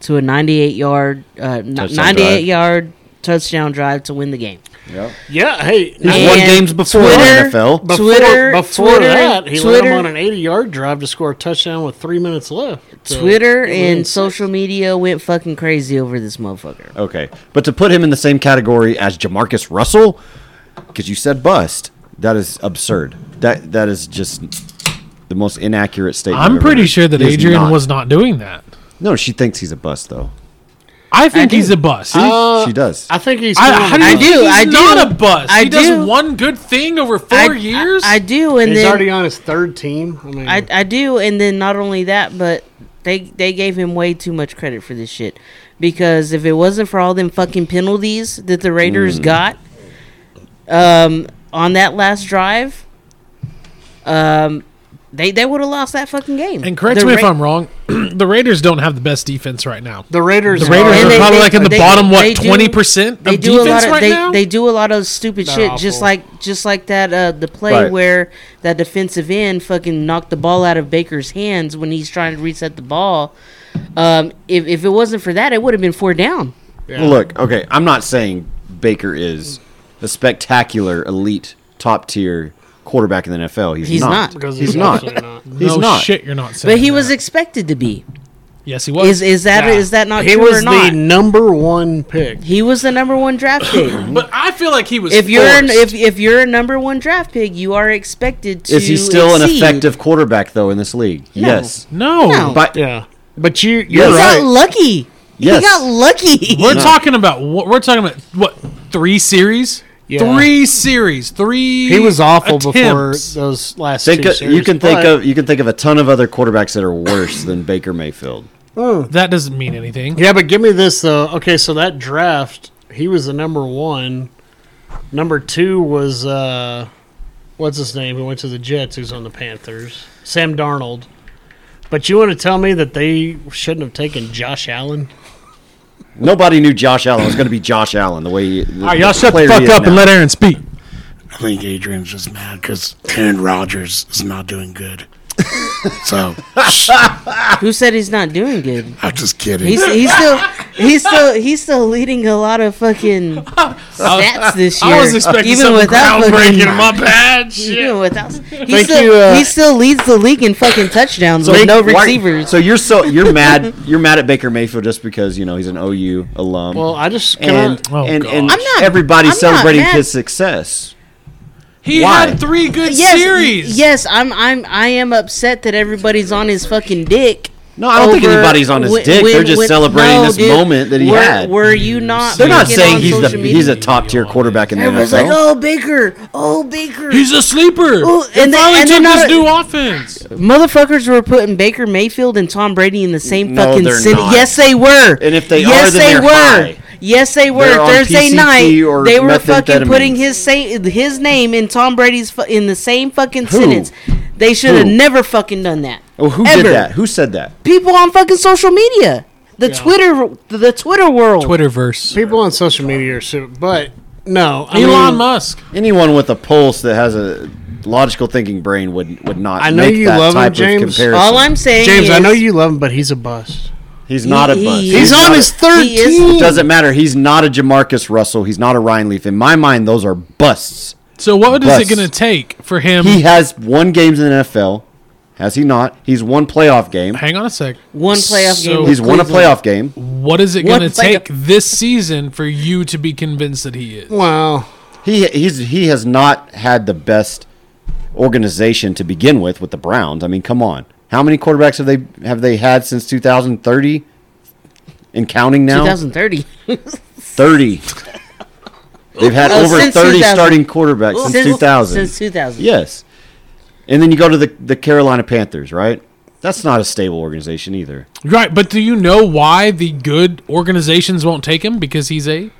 to a 98 yard, uh, n- Touchdown 98 drive. yard touchdown drive to win the game. Yep. Yeah, hey, He's And won games before Twitter- NFL. Bef- before, Twitter- before Twitter- that, he led Twitter- him on an 80 yard drive to score a touchdown with three minutes left. So- Twitter Mm. and social media went fucking crazy over this motherfucker. Okay, but to put him in the same category as Jamarcus Russell, because you said bust, that is absurd. That that is just the most inaccurate statement. I'm I've ever pretty heard. sure that He is Adrian not. was not doing that. No, she thinks he's a bust though. I think do. he's a bust. Uh, she does. I think he's. I, still on how the do you bus. think do, He's I do. not a bust. I he does do. one good thing over four I- years. I, I do, and He's then already on his third team. I mean, I, I do, and then not only that, but they they gave him way too much credit for this shit. Because if it wasn't for all them fucking penalties that the Raiders got, um, on that last drive, um, they they would have lost that fucking game. and correct The me if Ra- I'm wrong. the Raiders don't have the best defense right now. the Raiders. The Raiders And are they- probably they- like in the they- bottom they what do- twenty percent They of do a defense lot of right they, now. they do a lot of stupid They're shit, just awful. like just like that uh, the play Right. where that defensive end fucking knocked the ball out of Baker's hands when he's trying to reset the ball. Um, if if it wasn't for that, it would have been four down. Well, Look, okay, I'm not saying Baker is a spectacular, elite, top tier quarterback in the NFL. He's, He's not. not. because He's he's not. absolutely not. He's no not. shit, you're not saying. But he was that. expected to be. yes, he was. is is that is Yeah. that not He true or was not? the number one pick. he was the number one draft pick. but I feel like he was. if you're an, if forced. if you're a number one draft pick, you are expected to. Is he still an exceed. effective quarterback though in this league? Yes. no, No. But Yeah, but you, He you're got right. lucky. Yes. He got lucky. we're talking about what we're talking about. What three series? Yeah. Three series. Three. He was awful before attempts. those last think two of, series, you can think but- of you can think of a ton of other quarterbacks that are worse than Baker Mayfield. That doesn't mean anything. Yeah, but give me this though. Okay, so that draft, he was the number one. Number two was uh what's his name? Who went to the Jets? Who's on the Panthers? Sam Darnold. But you want to tell me that they shouldn't have taken Josh Allen? Nobody knew Josh Allen was going to be Josh Allen the way. He, the, the player he is now. Aaron speak. I think Adrian's just mad because Aaron Rodgers is not doing good. so Who said he's not doing good? I'm just kidding. He's, he's still he's still he's still leading a lot of fucking stats this year. I was expecting something groundbreaking. My bad. Shit. even without he Thank still you, uh, he still leads the league in fucking touchdowns with no Why- receivers. so you're so you're mad you're mad at Baker Mayfield just because you know he's an OU alum. Well, I just and kind Oh, and, and gosh. I'm not- everybody's I'm not celebrating mad. his success. He Why? had three good yes, series. yes, I'm I'm I am upset that everybody's on his fucking dick. No, I don't think over- anybody's on his when- dick. They're when- just when- celebrating no, this dude. moment that he were, had. Were you not? They're not fucking saying on he's the social media? he's a top tier quarterback in the Everyone's like, NFL. oh Baker, oh Baker. He's a sleeper. Ooh, and and they- finally and they're took not- this new offense. Motherfuckers were putting Baker Mayfield and Tom Brady in the same No, fucking they're city. not. Yes, they were. And if they yes, are, then they they're were. high. Yes, they were. They're on Thursday PCP night, or they were fucking methamphetamine. putting his sa- his name and Tom Brady's fu- in the same fucking Who? sentence. They should have Who? never fucking done that. Oh, who Ever. did that? Who said that? People on fucking social media, the Twitter, the Twitter world. of Twitterverse. people on social media are so but no, I Elon mean, Musk. Anyone with a pulse that has a logical thinking brain would would not. I know make you that love him, type of James. comparison. All I'm saying, James, is, I know you love him, but he's a bust. he's not a He- bust. he is. He's, not on a- his third He is- team. Doesn't matter. He's not a Jamarcus Russell. He's not a Ryan Leaf. In my mind, those are busts. So what is Bust. it going to take for him? He has won games in the NFL. Has he not? He's won playoff game. hang on a sec. one playoff So- game. He's won a Cleveland. playoff game. What is it What going to play- take this season for you to be convinced that he is? Wow. He he's he has not had the best organization to begin with with the Browns. I mean, come on. How many quarterbacks have they have they had since 2030? And counting now, 2030. 30. They've had Oh, over since 30 2000. starting quarterbacks since, 2000. Since 2000. Yes. And then you go to the, the Carolina Panthers, right? That's not a stable organization either. Right, but do you know why the good organizations won't take him? Because he's a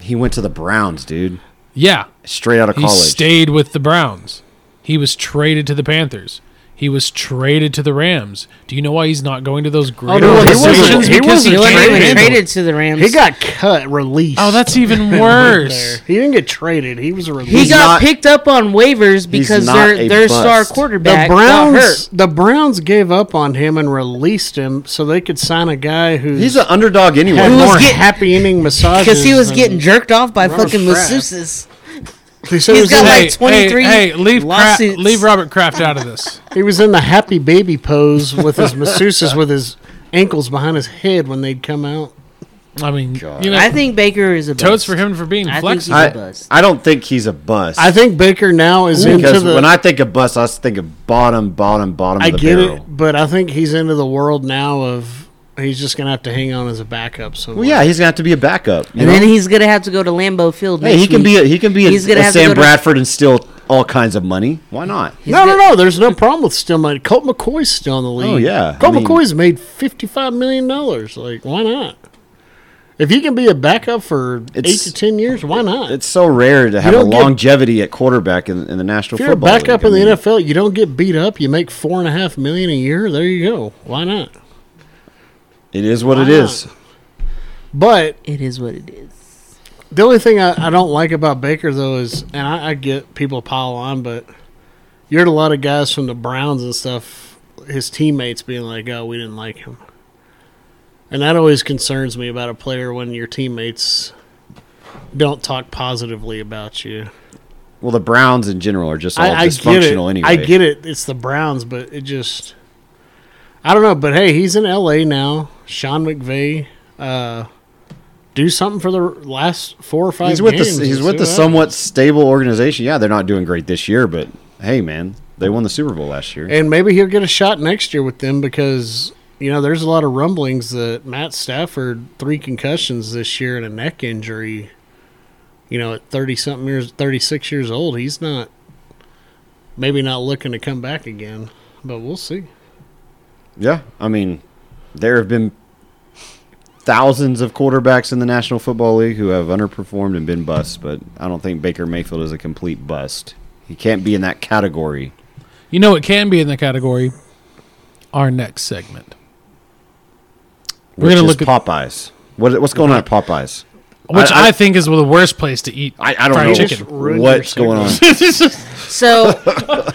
He went to the Browns, dude. yeah. Straight out of He college. stayed with the Browns. He was traded to the Panthers. He was traded to the Rams. Do you know why he's not going to those Oh, great no, he wasn't- organizations? he Because wasn't He wasn't traded. even traded to the Rams. He got cut, released. Oh, that's even there. worse. He didn't get traded. He was released. he He's got not- picked up on waivers because not their a their bust. star The quarterback got the Browns. hurt. The Browns gave up on him and released him so they could sign a guy who's He's an underdog anyway. had Who was more getting- happy ending massages Because he was than- getting jerked off by fucking Kraft. masseuses. He said he he's was got in- like 23 hey, hey, leave Kraft, lawsuits. leave Robert Kraft out of this. He was in the happy baby pose with his masseuses with his ankles behind his head when they'd come out. I mean, God. you know, I think Baker is a bust. toads for him for being I think flexible. he's a I, bust. I don't think he's a bust. I think Baker now is into because the. when I think of bust, I think of bottom, bottom, bottom I of the get barrel. it, but I think he's into the world now of he's just gonna have to hang on as a backup. So Well, yeah, he's gonna have to be a backup. you and know? then he's gonna have to go to Lambeau Field. Hey, next he can be week. a, he can be a, He's gonna a have to Sam go to- Bradford and steal all kinds of money. Why not? He's No, no, gonna- no. There's no problem with still money. Colt McCoy's still in the league. Oh, yeah. Colt I mean- McCoy's made fifty-five million dollars. Like, why not? If you can be a backup for It's- eight to ten years, why not? It's so rare to have a don't get- longevity at quarterback in, in the National if you're a Football backup League. in the I mean, NFL, you don't get beat up. You make four and a half million a year. There you go. Why not? It is what Why it is. But It is what it is. the only thing I, I don't like about Baker though is, and I, I get people pile on, but you heard a lot of guys from the Browns and stuff, his teammates being like, "Oh, we didn't like him," and that always concerns me about a player when your teammates don't talk positively about you. Well, the Browns in general are just all I, I get it. dysfunctional anyway. I get it. It's the Browns, but it just I don't know. But hey, he's in L.A. now. Sean McVay, uh, do something for the last four or five. He's with games the he's and with see the what somewhat stable organization. Yeah, they're not doing great this year, but hey, man, they won the Super Bowl last year. And maybe he'll get a shot next year with them because, you know, there's a lot of rumblings that Matt Stafford, three concussions this year and a neck injury, you know, at 30 something years, 36 years old, he's not, maybe not looking to come back again, but we'll see. Yeah, I mean, there have been thousands of quarterbacks in the National Football League who have underperformed and been busts, but I don't think Baker Mayfield is a complete bust. He can't be in that category. You know, it can be in the category. Our next segment. We're We're gonna gonna look at- Popeyes. What, what's going on at Popeyes? which I- I, I- think is the worst place to eat. I, I don't Fried know chicken. ruined what's your going on. So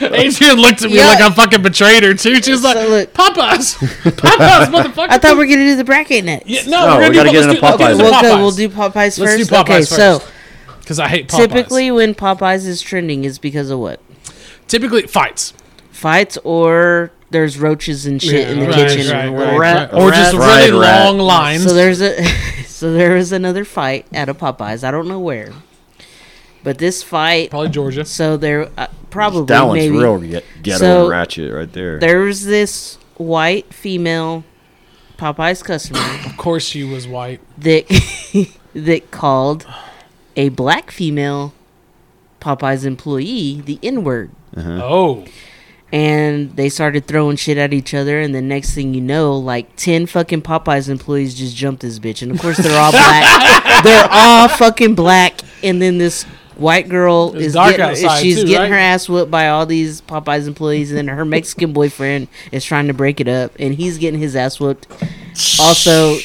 Adrian looked at me Yeah. like I fucking betrayed her too. She was So like, look- "Popeyes, Popeyes, motherfucker." I thought we are gonna do the bracket next. yeah, no, No, we we're gonna do, gotta get let's into do- let's Popeyes. do the We'll go. Popeyes. We'll do Popeyes 1st Let's do okay, Popeyes so first. because I hate Popeyes. typically when Popeyes is trending, it's because of what? typically fights Fights or there's roaches and shit Yeah, in the right, kitchen. right, or right. whatever. Rat- or just rat- really rat. long lines. So there's a so there was another fight at a Popeyes. I don't know where, but this fight. probably Georgia. So there uh, probably That one's maybe, real get, ghetto So, ratchet right there. There was this white female Popeyes customer Of course, she was white. that that called a black female Popeyes employee the N word. Oh, and they started throwing shit at each other and the next thing you know like 10 fucking popeyes employees just jumped this bitch and of course they're all black they're all fucking black and then this white girl It's is dark getting, outside, she's too, getting her right? ass whipped by all these popeyes employees and then her mexican boyfriend is trying to break it up and he's getting his ass whooped also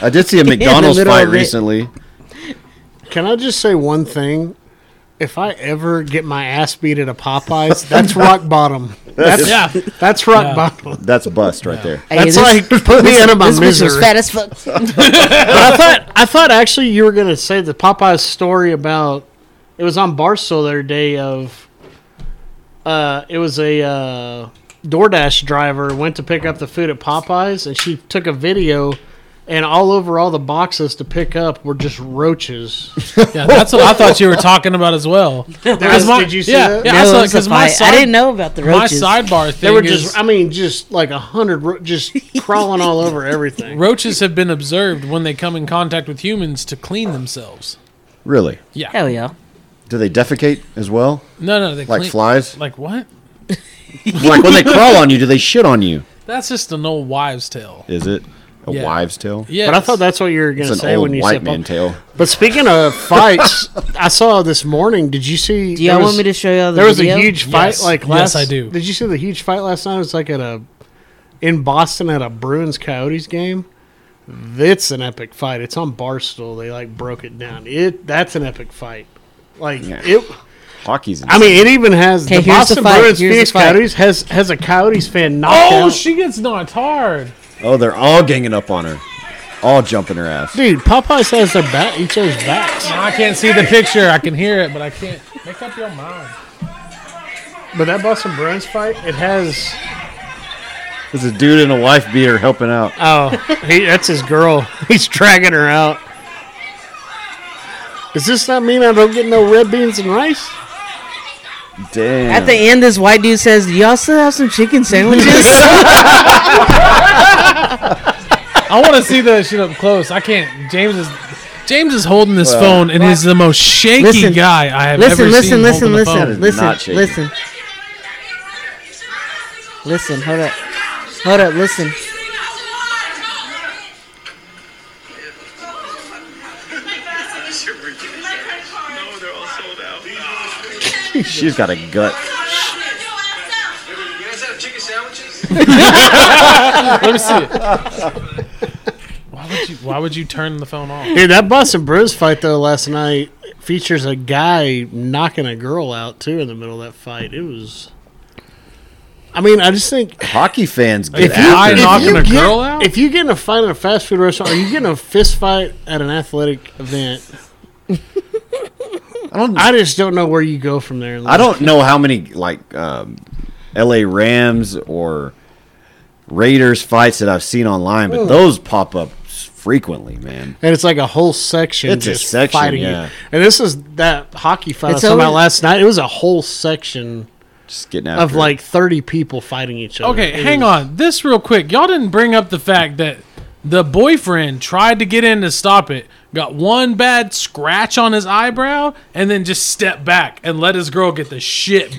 I did see a the McDonald's middle fight of it. recently. Can I just say one thing? If I ever get my ass beat at a Popeyes, that's rock bottom. That's, yeah. that's rock bottom. That's a bust right there. hey, That's this- like put me out of my this bitch was misery. fat as fuck I thought I thought actually you were gonna say the Popeyes story about it was on Barstool the other day of uh it was a uh DoorDash driver went to pick up the food at Popeyes and she took a video and all over all the boxes to pick up were just roaches. yeah, that's what I thought you were talking about as well. Because my- did you see yeah, that? Yeah, No, I it saw was a because my fight. i side- didn't know about the My roaches sidebar thing They were is just I mean just like a hundred ro- just crawling all over everything. roaches have been observed when they come in contact with humans to clean themselves. Really? Yeah, hell yeah Do they defecate as well? no, no, they Like clean- flies? Like what? like when they crawl on you, do they shit on you? That's just an old wives' tale. Is it? A Yeah. wives' tale. Yeah, But I thought that's what you were going to It's say an old when you white said man tale. But speaking of fights, I saw this morning. Did you see? Do y'all there want me to show y'all the There was video? a huge fight Yes. like Yes, last. I do. Did you see the huge fight last night? It was like at a in Boston at a Bruins Coyotes game. That's an epic fight. It's on Barstool. They like broke it down. It that's an epic fight. Like Yeah. it. Hockey's. I mean, it even has the Okay, here's the Boston fight. Bruins Here's the Phoenix fight. Coyotes has has a Coyotes fan knocked Oh, out. she gets knocked hard. oh, they're all ganging up on her, all jumping her ass. Dude, Popeyes has their back each other's backs. I can't see the picture. I can hear it, but I can't make up your mind. But that Boston Bruins fight, it has There's a dude and a wife beater helping out. Oh, he, that's his girl. He's dragging her out. Does this not mean I don't get no red beans and rice? Damn. At the end, this white dude says, "Do y'all still have some chicken sandwiches?" I want to see the shit up close. I can't. James is James is holding this Well- phone and he's the most shaky Listen. guy I have listen, ever listen, seen. listen, holding the That listen, is listen, not shaking. listen, listen. Hold up, hold up, listen. No, they're all sold out. She's got a gut. You guys have chicken sandwiches? Let me see it. Why would you? Why would you turn the phone off? Dude, that Boston Bruins fight though last night features a guy knocking a girl out too in the middle of that fight. It was. I mean, I just think Hockey fans get you- I after knock- them. knocking a get, girl out? if you get in a fight at a fast food restaurant, or you get in a fist fight at an athletic event, I don't. I just don't know where you go from there. I don't know how many like um, L.A. Rams or Raiders fights that I've seen online, but those pop up s- frequently, man. And it's like a whole section. It's a just section, fighting you. yeah. And this is that hockey fight It's I saw about always- last night. It was a whole section Just getting after of it. like thirty people fighting each other. Okay, It hang was- on. This real quick. Y'all didn't bring up the fact that the boyfriend tried to get in to stop it, got one bad scratch on his eyebrow, and then just stepped back and let his girl get the shit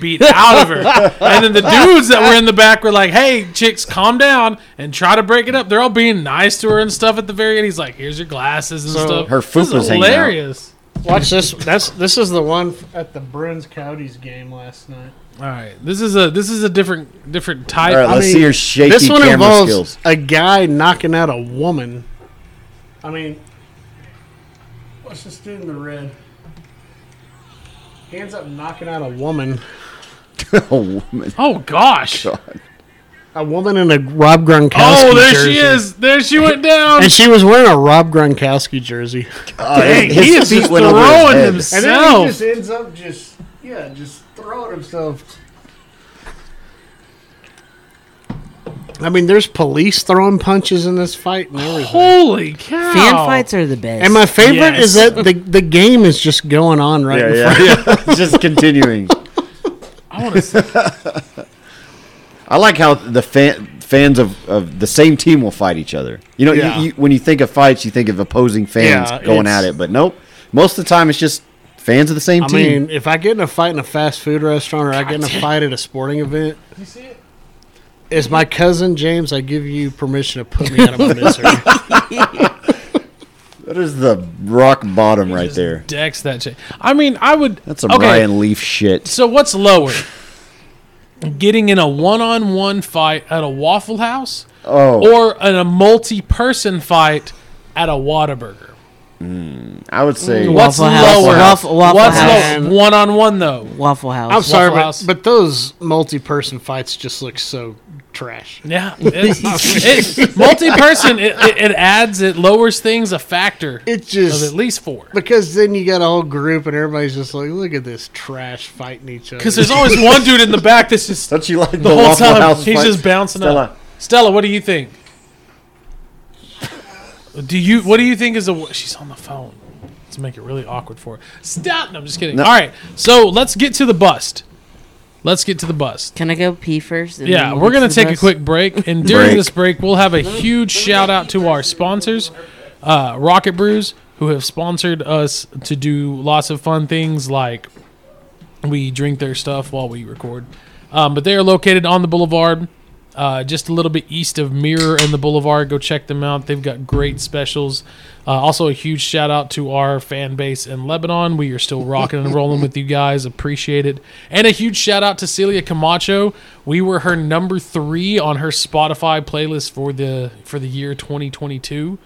beat out of her. And then the dudes that were in the back were like, "Hey, chicks, calm down and try to break it up." They're all being nice to her and stuff at the very end. He's like, "Here's your glasses and stuff." her This is fupa was hanging out. hilarious. Watch this. That's this is the one at the Bruins Coyotes game last night. All right, this is a this is a different different type. All right, let's mean, see your shaky this one camera involves skills. a guy knocking out a woman. I mean, what's this dude in the red? He ends up knocking out a woman. Oh, woman. oh gosh! A woman in a Rob Gronkowski Oh, there jersey. she is. There she went down. And she was wearing a Rob Gronkowski jersey. Dang, Uh, he is just throwing himself. And then he just ends up just, yeah, just throwing himself. I mean, there's police throwing punches in this fight and everything. Holy cow! Fan fights are the best. And my favorite is Yes. that the, the game is just going on right Yeah, in yeah, front yeah. just continuing. I want to see. I like how the fan, fans of, of the same team will fight each other. You know, Yeah. you, you, when you think of fights, you think of opposing fans Yeah, going at it's- it, but nope. Most of the time, it's just fans of the same I team. mean, if I get in a fight in a fast food restaurant or I get in a fight at a sporting event, You see it? is my cousin James, I give you permission to put me out of my misery. that is the rock bottom right Just there. Decks that shit. I mean, I would. That's a Brian Leaf shit. So what's lower? Getting in a one-on-one fight at a Waffle House, Oh, or in a multi-person fight at a Whataburger? I would say Mm, What's Waffle House. lower? Waffle- Waffle what's House. lower? One-on-one though. Waffle House. I'm sorry, Waffle but, House. but those multi-person fights just look so trash. Yeah, it's, it, multi-person. It, it, it adds, it lowers things a factor It of just at least four. because then you got a whole group and everybody's just like, look at this trash fighting each other. Because there's always one dude in the back that's just don't you like the, the whole Waffle time House he's fight? just bouncing Stella, up. Stella, what do you think? Do you what do you think is the wo- she's on the phone? Let's make it really awkward for her. Stop! No, I'm just kidding. All right, so let's get to the bust. Let's get to the bust. Can I go pee first? and Yeah, then we'll we're get to gonna the take a bus? quick break, and during Break. this break, we'll have a huge shout out to our sponsors, uh, Rocket Brews, who have sponsored us to do lots of fun things like we drink their stuff while we record. Um, but they are located on the boulevard uh, just a little bit east of Mirror and the Boulevard. Go check them out. They've got great specials. Uh, also, a huge shout out to our fan base in Lebanon. We are still rocking and rolling with you guys. Appreciate it. And a huge shout out to Celia Camacho. We were her number three on her Spotify playlist for the for the year 2022,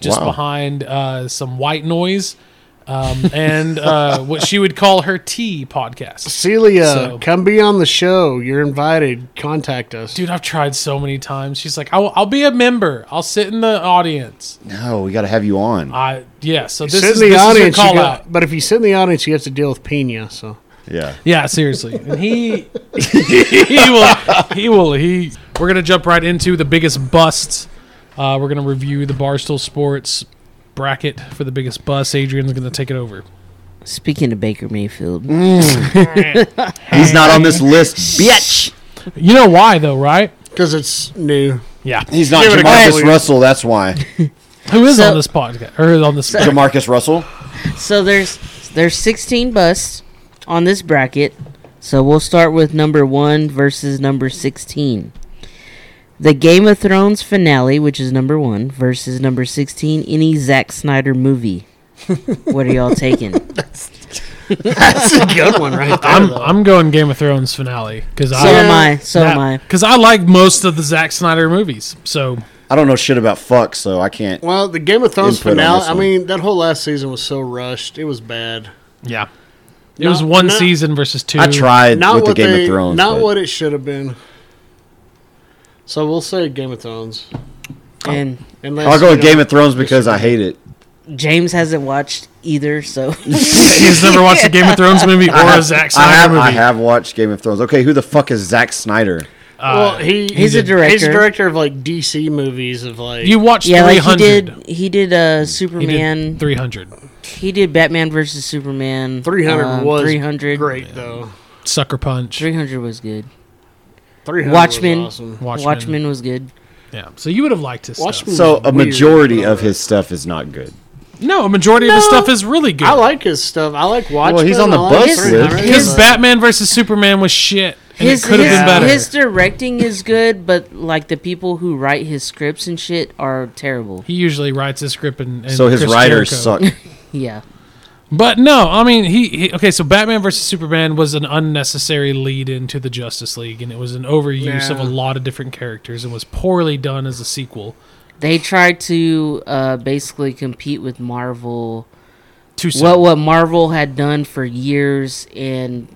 just Wow. behind uh, some white noise. Um, and uh, what she would call her tea podcast. Celia, So- come be on the show. You're invited. Contact us. Dude, I've tried so many times. She's like, I'll, I'll be a member. I'll sit in the audience. No, we got to have you on. I yeah. So this, sit is, in the this audience. is her you call got- out. but if you sit in the audience, you have to deal with Pena. So Yeah. Yeah, seriously. And he he will he will he. We're gonna jump right into the biggest busts. Uh, we're gonna review the Barstool Sports bracket for the biggest bust. Adrian's gonna take it over. Speaking of Baker Mayfield, He's not on this list, bitch. You know why though, right? because it's new, Yeah. He's not Give it a couple Jamarcus weeks. Russell. That's why. Who is So- on this podcast or on this? Jamarcus Russell. so there's there's 16 busts on this bracket. So we'll start with number one versus number 16. The Game of Thrones finale, which is number one, versus number 16, any Zack Snyder movie. what are y'all taking? that's a good one, right there. I'm I'm going Game of Thrones finale because So I am I. So am I. because I like most of the Zack Snyder movies. So I don't know shit about fuck, so I can't. well, the Game of Thrones Input on finale. this I one. mean, that whole last season was so rushed. It was bad. yeah, it was one season versus two. I tried Not with the what Game they, of Thrones. not but what it should have been. So we'll say Game of Thrones. And Unless I'll go you with Game don't- of Thrones because I hate it. James hasn't watched either, so He's never watched a Game of Thrones movie or a Zack I Snyder have, movie. I have watched Game of Thrones. Okay, who the fuck is Zack Snyder? Well, he Uh, He's a He's a director. director of like DC movies of like You watched yeah, like he 300. did. He did uh, He did Superman. 300. He did Batman versus Superman. 300 um, was 300. great though. Sucker Punch. 300 was good. 300 Watchmen. was awesome. Watchmen. Watchmen. was good. Yeah. So you would have liked his Watchmen. stuff. So a Weird. majority of his stuff is not good. No, a majority of his stuff is really good. I like his stuff. I like Watchmen. he's on the I like bus 300. list. Because his- Batman versus Superman was shit. And His it could have his, been better. his directing is good, but like the people who write his scripts and shit are terrible. he usually writes his script and, and So his Chris writers Jericho. suck. Yeah. But no, I mean he, he okay. So Batman versus Superman was an unnecessary lead into the Justice League, and it was an overuse of a Yeah. lot of different characters, and was poorly done as a sequel. They tried to uh, basically compete with Marvel. Too soon. What what Marvel had done for years and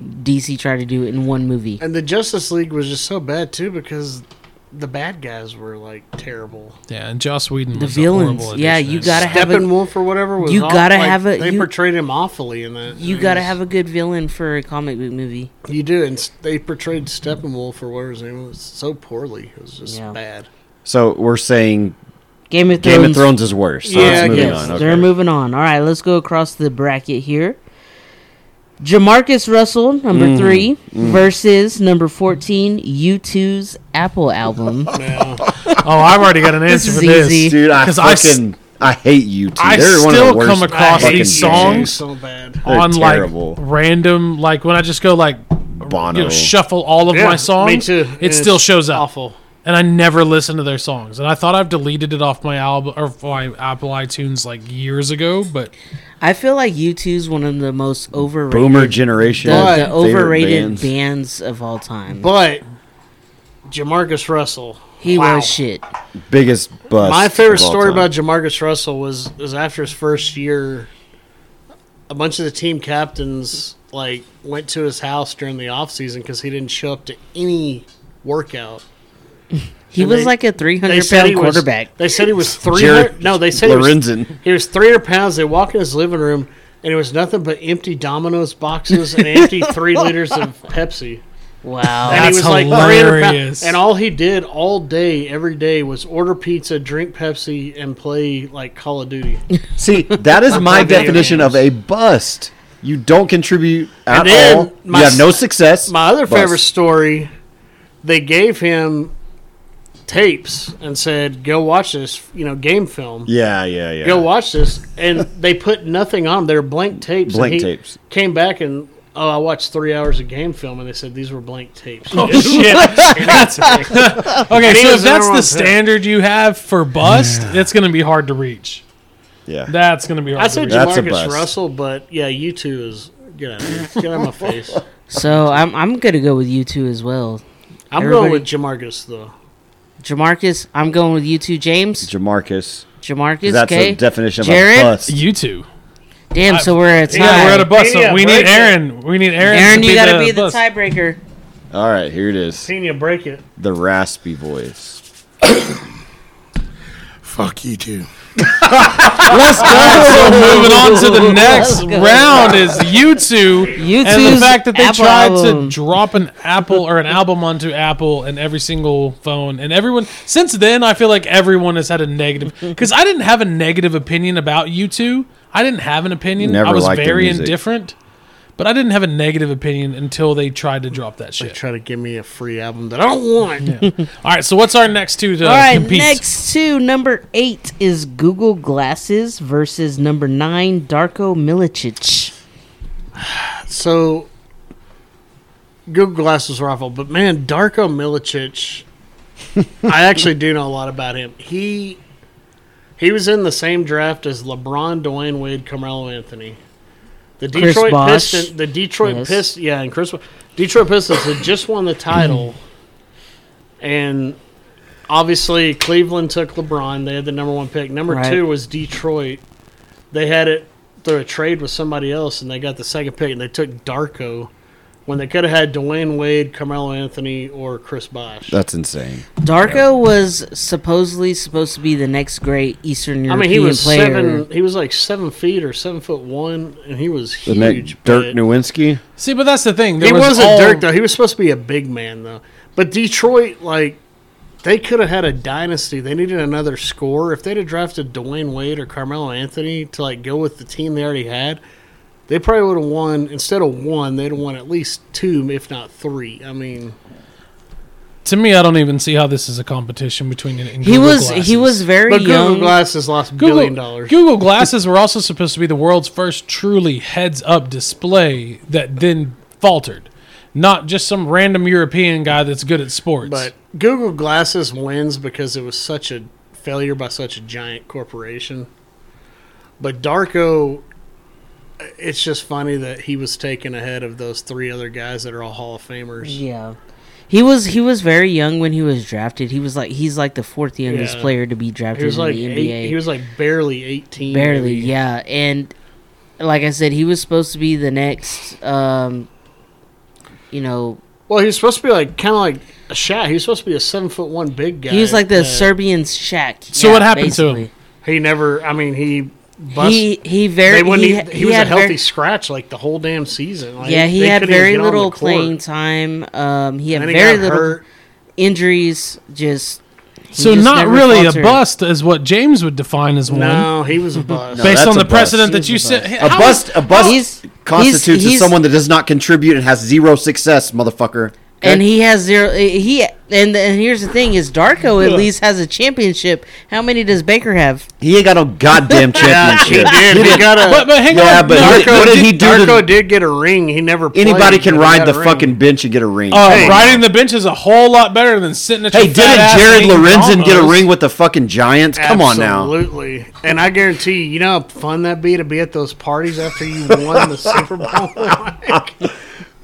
DC tried to do it in one movie. And the Justice League was just so bad too because the bad guys were like terrible. yeah, and Joss Whedon. The was a horrible villains. Yeah, addition. you gotta have a Steppenwolf or whatever was you aw- gotta like, have a- They you- portrayed him awfully in that. You It gotta was- have a good villain for a comic book movie. You do, and s- they portrayed Steppenwolf or whatever his name was so poorly. It was just Yeah. bad. So we're saying Game of Thrones. Game of Thrones is worse. So Yeah, let's I move guess. on. Okay. They're moving on. All right, let's go across the bracket here. Jamarcus Russell, number Mm, three, versus number 14, U2's Apple album. Oh, I've already got an This answer is for this. easy. Dude, I 'Cause I s- fucking I, hate you. Two. I They're one of the still worst come across fucking these DJs. songs so bad. They're on terrible. like random, like when I just go like Bono. you know, shuffle all of Yeah, my songs, me too. it It's still shows up. Awful. And I never listen to their songs. And I thought I've deleted it off my album or my Apple iTunes like years ago, but I feel like U2's one of the most overrated, Boomer the, generation. the favorite overrated bands. bands. of all time. But Jamarcus Russell. he Wow. was shit. biggest bust. My favorite of all story time. about Jamarcus Russell was was after his first year. A bunch of the team captains like went to his house during the off season because he didn't show up to any workout. He And was they- like a They 300 said pound he was- quarterback. they said he was three Jared hundred. No, they said he was Lorenzen. He was 300 pounds. They walk in his living room, and it was nothing but empty Domino's boxes and empty three liters of Pepsi. wow. And That's he was like 300 hilarious. pounds. And all he did all day, every day, was order pizza, drink Pepsi, and play like Call of Duty. See, that is my video definition games. of a bust. You don't contribute at then all. You my have no s- success. My other Bust. favorite story, they gave him tapes and said, "Go watch this, you know, game film." Yeah, yeah, yeah. Go watch this, and they put nothing on. them. They're blank tapes. and Blank he tapes. Came back and Oh, I watched three hours of game film, and they said these were blank tapes. Shit. okay, so Nina's if that's number one the pick. standard you have for bust, it's going to be hard to reach. Yeah. That's going to be hard I to said reach. That's a Jamarcus bust. Russell, but yeah, you two is get out of here. Get out of my face. So I'm I'm gonna go with you two as well. I'm Everybody- going with Jamarcus though. Jamarcus, I'm going with you two. James, Jamarcus. Jamarcus. That's okay. a definition of Jared? a bust. You two. Damn. So we're at a tie. Yeah, we're at a bust. Yeah, so we need break it. Aaron. We need Aaron. Aaron, to you be gotta the be the bust. tiebreaker. All right, here it is. Pena, break it. The raspy voice. Fuck you too. Let's go. So moving on to the next Let's go. round is you two. You two. And the fact that they Apple tried album. to drop an Apple or an album onto Apple and every single phone and everyone since then I feel like everyone has had a negative because I didn't have a negative opinion about you two. I didn't have an opinion. Never I was liked their very music. indifferent. But I didn't have a negative opinion until they tried to drop that shit. Try to give me a free album that I don't want. All right, so what's our next two to All right, compete? next two. Number eight is Google Glasses versus number nine, Darko Milicic. So, Google Glasses rifle, but man, Darko Milicic. I actually do know a lot about him. He he was in the same draft as LeBron, Dwayne Wade, Carmelo Anthony. The Chris Detroit Bosh. Pistons, the Detroit Yes. Pistons, yeah, and Chris, Bo- Detroit Pistons had just won the title, and obviously Cleveland took LeBron. They had the number one pick. Number Right. two was Detroit. They had it through a trade with somebody else, and they got the second pick, and they took Darko when they could have had Dwayne Wade, Carmelo Anthony, or Chris Bosh. That's insane. Darko was supposedly supposed to be the next great Eastern I European mean, he was player. seven. He was like seven feet or seven foot one, and he was The huge. next but- Dirk Nowinski. See, but that's the thing. There He was was not all- Dirk though. He was supposed to be a big man though. But Detroit, like, they could have had a dynasty. They needed another scorer. If they'd have drafted Dwayne Wade or Carmelo Anthony to like go with the team they already had, they probably would have won. Instead of one, they'd have won at least two, if not three. I mean, To me, I don't even see how this is a competition between it and He Google was he Glasses. was very but young. Google Glasses lost billion dollars. Google Glasses were also supposed to be the world's first truly heads-up display that then faltered, not just some random European guy that's good at sports. But Google Glasses wins because it was such a failure by such a giant corporation. But Darko, it's just funny that he was taken ahead of those three other guys that are all Hall of Famers. yeah. He was he was very young when he was drafted. He was like he's like the fourth youngest Yeah. player to be drafted He was in like the NBA. eight, he was like barely eighteen, barely maybe. yeah and like i said he was supposed to be the next um you know Well, he was supposed to be like kind of like a Shaq. He was supposed to be a seven foot one big guy. he was like the that serbian Shaq. So what happened to him? He never. I mean, he. Bust, he he very they wouldn't. he, even- he, was a had healthy very- scratch like the whole damn season. Like, yeah he they had couldn't even very get on the little court. playing time um he had And then he very got little hurt. injuries just he so just not never really a faltered. bust is what James would define as one. No, he was a bust. No, Based that's on a the bust. precedent He that is you a said, A bust. A bust He's- constitutes he's- as he's- someone that does not contribute and has zero success, motherfucker. Okay? and he has zero eh, he and and here's the thing is darko at least has a championship how many does baker have he ain't got no goddamn he championship. did. He got a. But, but hang Yeah, on. but no, what- Darko what did he do to- Darko did get a ring. He never. Played, Anybody can but ride he got a the ring. fucking bench and get a ring. uh, Hey. riding the bench is a whole lot better than sitting at hey, your fat didn't ass Jared eating Lorenzen get a combos. ring with the fucking Giants? Come on now. Absolutely. And I guarantee you, you know how fun that'd be to be at those parties after you won the Super Bowl.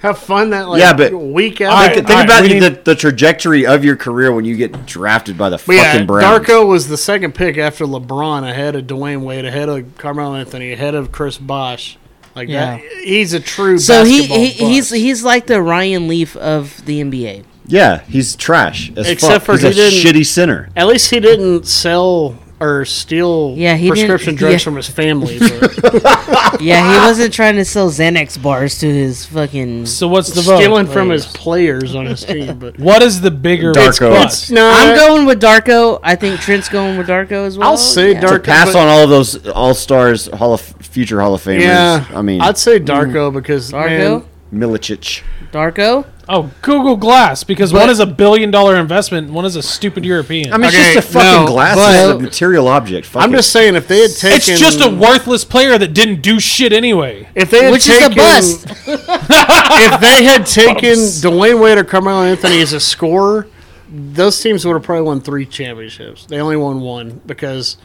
Like, how fun that like Yeah, but- week Think, after. think all right, about we the, need- the trajectory of your career when you get drafted by the fucking But yeah, Browns. Darko was the second pick after LeBron, ahead of Dwayne Wade, ahead of Carmelo Anthony, ahead of Chris Bosh. Like Yeah. that, he's a true. so he, basketball he he's bust. he's like the ryan leaf of the nba Yeah, he's trash as Except fuck. for he's a he didn't- shitty center. At least he didn't sell or steal Yeah, he didn't- prescription drugs yeah. from his family. but Yeah, he wasn't trying to sell Xanax bars to his fucking. So what's the vote? stealing from his players on his team. But What is the bigger Darko. It's- bust? no, I'm going with Darko. I think Trent's going with Darko as well. I'll say Yeah. to Darko. pass but- on all of those All Stars Hall of future Hall of Famers. Yeah, I mean, mm. I'd say Darko because Darko? man, Milicic. Darko? Oh, Google Glass because one But- is a billion dollar investment, and one is a stupid European. I mean, Okay, it's just a fucking no, glass. but- It's a material object. Fuck I'm it. just saying if they had taken it's just a worthless player that didn't do shit anyway. if they had Which is taken, a bust. if they had taken Dwayne Wade or Carmelo Anthony as a scorer, those teams would have probably won three championships. They only won one because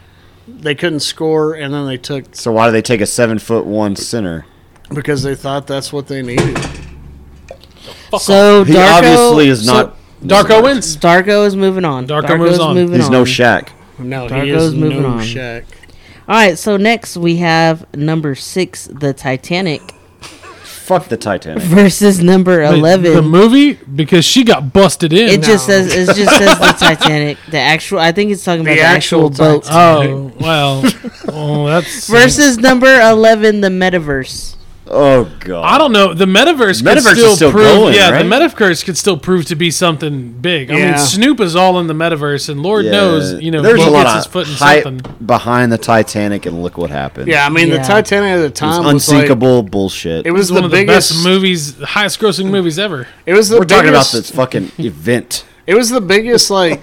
they couldn't score, and then they took So why do they take a seven foot one center? because they thought that's what they needed. So He Darko obviously is so not. Darko wins. Darko is moving on. Darko Darko's moves on. Moving he's on. no Shaq. No, he Darko's is moving no on. Shaq. All right, so next we have number six, the Titanic, Fuck the Titanic. versus number eleven. The movie because she got busted in. it just says it just says the Titanic. The actual, I think it's talking about the, actual, actual boat oh well, oh, that's. versus number eleven, the metaverse. Oh god. I don't know. The metaverse, could Metaverse is still still prove, going, yeah, right? the metaverse could still prove to be something big. I Yeah. mean, Snoop is all in the metaverse, and Lord Yeah. knows, you know, there's he a lot gets of his foot in hype something. behind the Titanic, and look what happened. Yeah, I mean Yeah. the Titanic at the It was time was, like- unsinkable bullshit. it It was was the one of the biggest best movies, highest grossing movies ever. It was the We're talking about this biggest, fucking event. It was the biggest like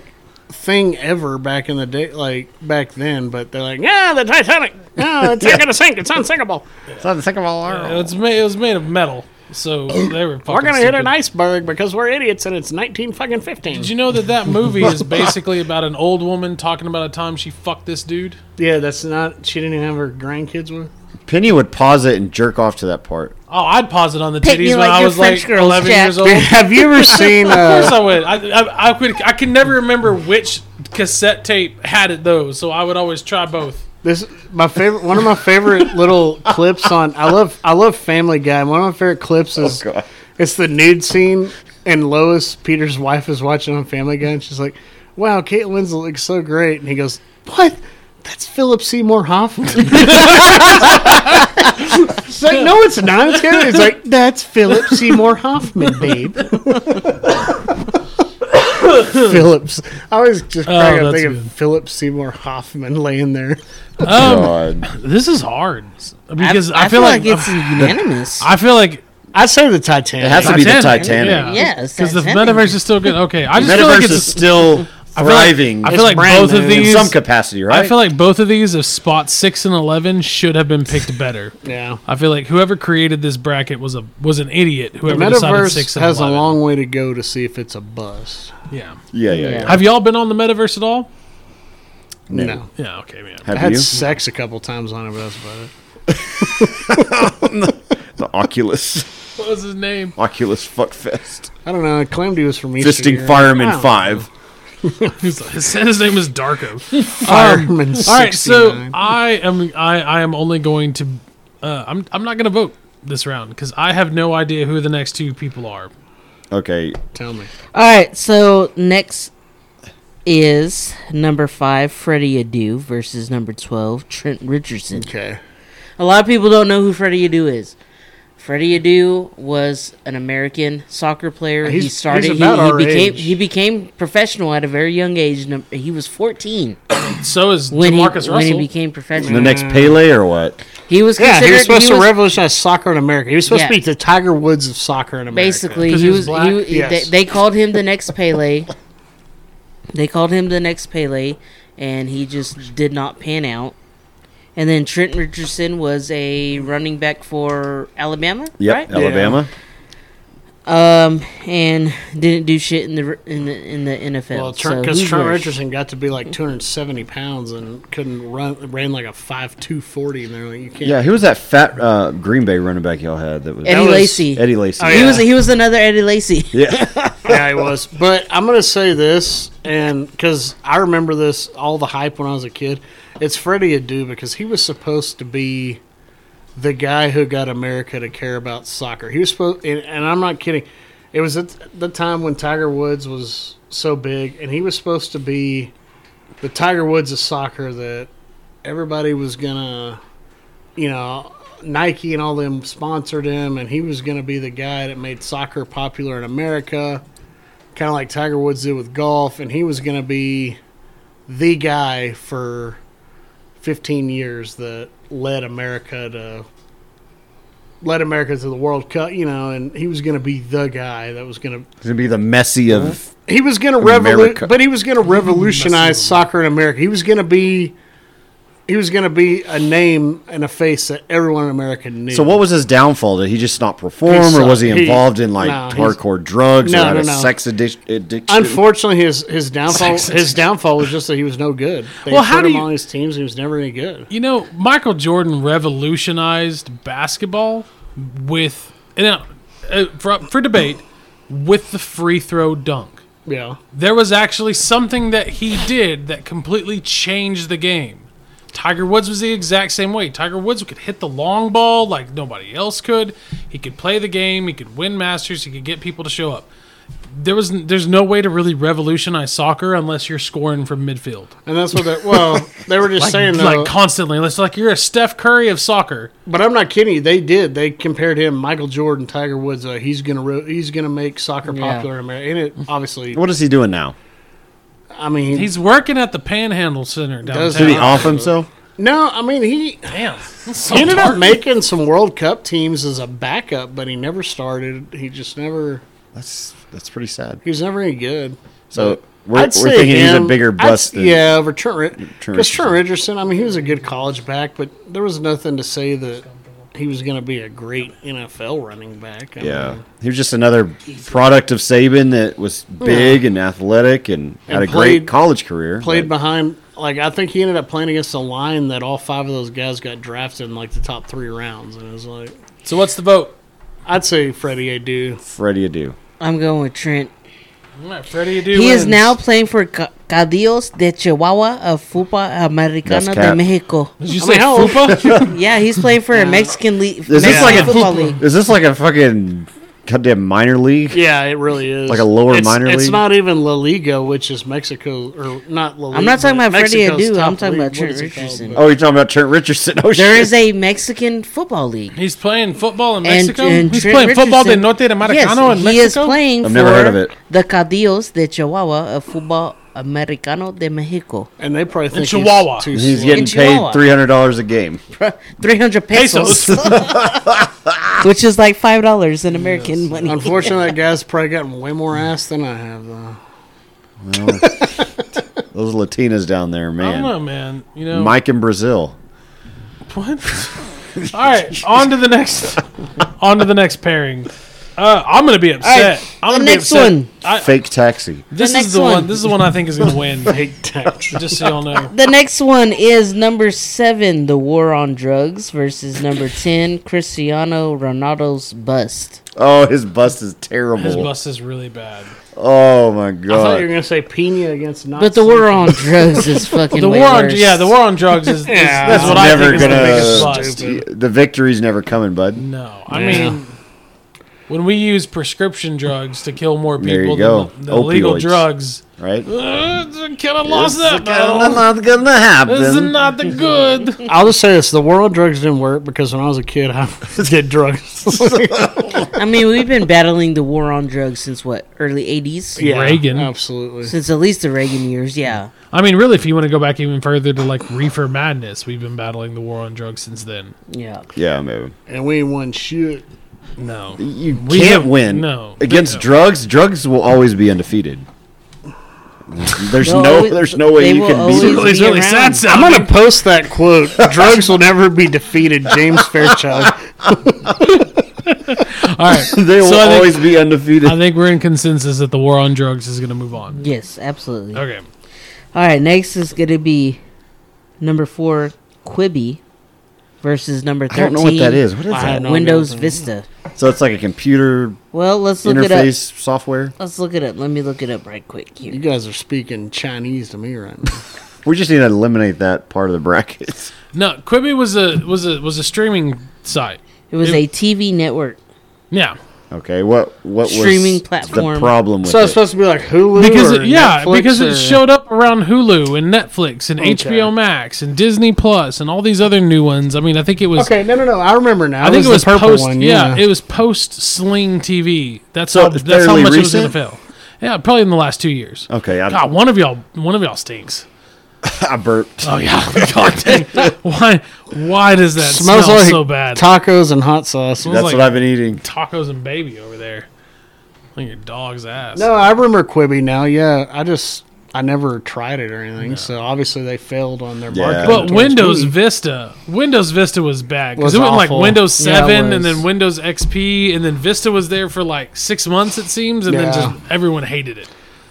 thing ever back in the day, like back then. But they're like, yeah, the Titanic. No, it's not gonna sink. It's unsinkable. It's unsinkable. It was made, it was made of metal, so they were. Fucking We're gonna hit stupid. an iceberg because we're idiots, and it's 19 fucking 15. Did you know that that movie is basically about an old woman talking about a time she fucked this dude? Yeah, that's not. She didn't even have her grandkids with. Penny would pause it and jerk off to that part. Oh, I'd pause it on the Pick me titties when like I your was French like girls, 11 Jack. years old. Of have you ever seen? Uh, course I would. I, I, I could. I can never remember which cassette tape had it though, so I would always try both. This my favorite one of my favorite little clips on I love I love Family Guy. One of my favorite clips is God. it's the nude scene and Lois Peter's wife is watching on Family Guy and she's like, "Wow, Kate Winslet looks so great." And he goes, "What? That's Philip Seymour Hoffman." She's like, "No, it's not. It's good." He's like, "That's Philip Seymour Hoffman, babe." Phillips. I was just crack up Oh, that's thinking good. Philip Seymour Hoffman laying there. Um, God. This is hard because I, I, feel like, it's unanimous. I feel like I say the Titanic. It has to be the Titanic. Yeah, Yeah, it's because the Titanic. metaverse is still good. Okay, I just feel Metaverse like it's is still thriving I feel like brand both of new. these in some capacity, right? I feel like both of these of spot six and eleven should have been picked better. yeah. I feel like whoever created this bracket was a was an idiot. The Whoever decided metaverse six and has a 11. long way to go to see if it's a bust. Yeah. yeah, yeah, Yeah. yeah. Have y'all been on the metaverse at all? No. Yeah. Okay. Yeah. I Have had you? sex a couple times on it, but that's about it. The Oculus, What was his name? Oculus fuckfest, I don't know. I claimed he was from East. fisting fireman five. He's like- His, his name was Darko. Fireman All right. So 69. I am I I am only going to uh, I'm I'm not going to vote this round because I have no idea who the next two people are. Okay, Tell me. All right, so next is number five, Freddie Adu versus number twelve, Trent Richardson. Okay. A lot of people don't know who Freddie Adu is. Freddie Adu was an American soccer player. He's- he he's started. he- about he, our became age. he became professional at a very young age. Num- He was fourteen So is when he, Marcus when he Russell. became the professional. next Pele or what? He was Yeah, considered. he was supposed he to was- revolutionize soccer in America. He was supposed to Yeah. be the Tiger Woods of soccer in America. Basically, 'Cause he he was. was black? He, Yes. they, they called him the next Pele. they called him the next Pele, and he just did not pan out. And then Trent Richardson was a running back for Alabama, Yep, right? Alabama. Um, and didn't do shit in the in the in the NFL. Well, so because he's Trent worse. Richardson got to be like 270 pounds and couldn't run, ran like a 5'240, and they're like, you can't. Yeah, who was that fat uh, Green Bay running back y'all had? That was Eddie was- Lacy. Eddie Lacy. Oh, He yeah. was he was another Eddie Lacy. yeah, he was. But I'm gonna say this, and because I remember this, all the hype when I was a kid. It's Freddie Adu because he was supposed to be the guy who got America to care about soccer. He was supposed, and, and I'm not kidding. It was at the time when Tiger Woods was so big, and he was supposed to be the Tiger Woods of soccer that everybody was gonna, you know, Nike and all them sponsored him, and he was gonna be the guy that made soccer popular in America, kind of like Tiger Woods did with golf, and he was gonna be the guy for 15 years that led America to led America to the World Cup, you know, and he was going to be the guy that was going to It's gonna be the messy of he was going to America. revolutionize, but he was going to revolutionize soccer in America. He was going to be he was going to be a name and a face that everyone in America knew. So what was his downfall? Did he just not perform, He or was he sucked. He- involved in like no, he's- hardcore drugs No, or had no, a no. sex addic- addiction? Unfortunately, his his downfall his downfall was just that he was no good. They Well, how put do him you- on his teams. He was never any good. You know, Michael Jordan revolutionized basketball with and now, uh, for, for debate with the free throw dunk. Yeah, There was actually something that he did that completely changed the game. Tiger Woods was the exact same way. Tiger Woods could hit the long ball like nobody else could. He could play the game. He could win Masters. He could get people to show up. There was there's no way to really revolutionize soccer unless you're scoring from midfield, and that's what. They, well, they were just saying though, like constantly. Unless like you're a Steph Curry of soccer. but I'm not kidding. you. They did. They compared him, Michael Jordan, Tiger Woods. Uh, he's gonna re- he's gonna make soccer Yeah. popular in America. And it obviously, what is he doing now? I mean, He's working at the Panhandle Center Does Did downtown. he off himself? no, I mean he Damn, that's so ended up dark. making some World Cup teams as a backup, but he never started. He just never. That's that's pretty sad. He was never any good. So we're, we're I'd say thinking he's a him. bigger I'd bust. s- than, yeah, over Trent. Trent Because Trent Richardson, I mean, he was a good college back, but there was nothing to say that he was going to be a great NFL running back. I yeah. mean, He was just another product of Saban that was big and athletic and, had And a played- great college career. played but behind. Like I think he ended up playing against a line that all five of those guys got drafted in like the top three rounds, and it was like So what's the vote? I'd say Freddie Adu. Freddie Adu. I'm going with Trent. All right, Freddie Adu. He is wins. now playing for Ca- Cadillos de Chihuahua of Fupa Americana That's de cat. Mexico. Did you I say mean, how old- Fupa? Yeah, he's playing for a Mexican league. Is this Mexican like a football league? Is this like a fucking goddamn minor league? Yeah, it really is Like a lower It's- minor It's league? not even La Liga, which is Mexico or not La Liga. I'm not talking but about Freddie Mexico's Adu. top I'm talking league. about What Trent is it called? Richardson. Oh, you're talking about Trent Richardson. Oh, There shit. is a Mexican football league. He's playing football in And- Mexico. and He's Trent playing football de Richardson- Norte de Maracano in yes, he is Mexico. playing I've never for heard of it. the Cadillos de Chihuahua of Fupa Americano de Mexico. And they probably think Chihuahua. He's too He's slow. getting Chihuahua. paid three hundred dollars a game. 300 pesos, Pesos. which is like $5 in American money. Unfortunately, that guy's probably gotten way more ass than I have. Though. Those Latinas down there, I don't man. know, man. You know Mike in Brazil. What? All right, on to the next. On to the next pairing. Uh, I'm gonna be upset. right, I'm the gonna next be upset. one. I, Fake taxi. this The is next the one. one. This is the one I think is gonna win. Big touch. just so y'all know. The next one is number seven, the war on drugs, versus number 10, Cristiano Ronaldo's bust. Oh, his bust is terrible. His bus is really bad. Oh my I thought you were god. gonna say Pena against Nazi. But the war on drugs is fucking The way war on worse. yeah, the war on drugs is, is, Yeah. is what I Never think is the biggest gonna- bust. The victory's never coming, bud. No, I Yeah. mean, when we use prescription drugs to kill more There you people go. than the, the legal Opioids. drugs, Right? uh, kind of lost It's that. kinda battle. not gonna This is happen. not the good. I'll just say this: the war on drugs didn't work because when I was a kid, I did drugs. I mean, we've been battling the war on drugs since what, early 80s? Yeah, Oh. Reagan. absolutely. Since at least the Reagan years, yeah. I mean, really, if you want to go back even further to like reefer madness, we've been battling the war on drugs since then. Yeah. yeah, maybe. And we ain't won shit. No, You We can't have- win no. against No. drugs. Drugs will always be undefeated. There's They'll no, always- there's no way they you will can beat always them. be- it's really around. sad. Sound. I'm gonna post that quote: "Drugs will never be defeated." James Fairchild. All right, They will So I think- always be undefeated. I think we're in consensus that the war on drugs is going to move on. Yes, absolutely. Okay, All right, next is going to be number four, Quibi, versus number 13. I don't know what that is. What is I that? don't know. Windows Vista. So it's like a computer Well, let's look it up. interface software. Let's look it up. Let me look it up right quick You here. guys are speaking Chinese to me right now. We just need to eliminate that part of the bracket. no, Quibi was a was a was a streaming site. It was a TV network. Yeah, Okay, what what was Streaming platform. the problem with so it? it's supposed to be like Hulu because or it, yeah, Netflix because or- it showed up around Hulu and Netflix and HBO Max and Disney Plus and all these other new ones. I mean, I think it was. Okay, no, no, no. I remember now. I think it was the purple post. one. yeah. it was post Sling TV. That's So how, it's that's how fairly much it was going to recent? fail. Yeah, probably in the last two years. okay, I, God, one of y'all, one of y'all stinks. I burped. Oh yeah, God dang. Why? Why does that Smells smell like so bad? tacos and hot sauce. That's like- what I've been eating. Tacos and baby over there, like your dog's ass. No, I remember Quibi now. Yeah, I just I never tried it or anything. So obviously they failed on their Yeah. marketing. But towards Windows Quibi. Vista, Windows Vista was bad because Was it went like awful. Windows Yeah, it Seven and was. then Windows XP and then Vista was there for like six months it seems, and then Yeah. just everyone hated it.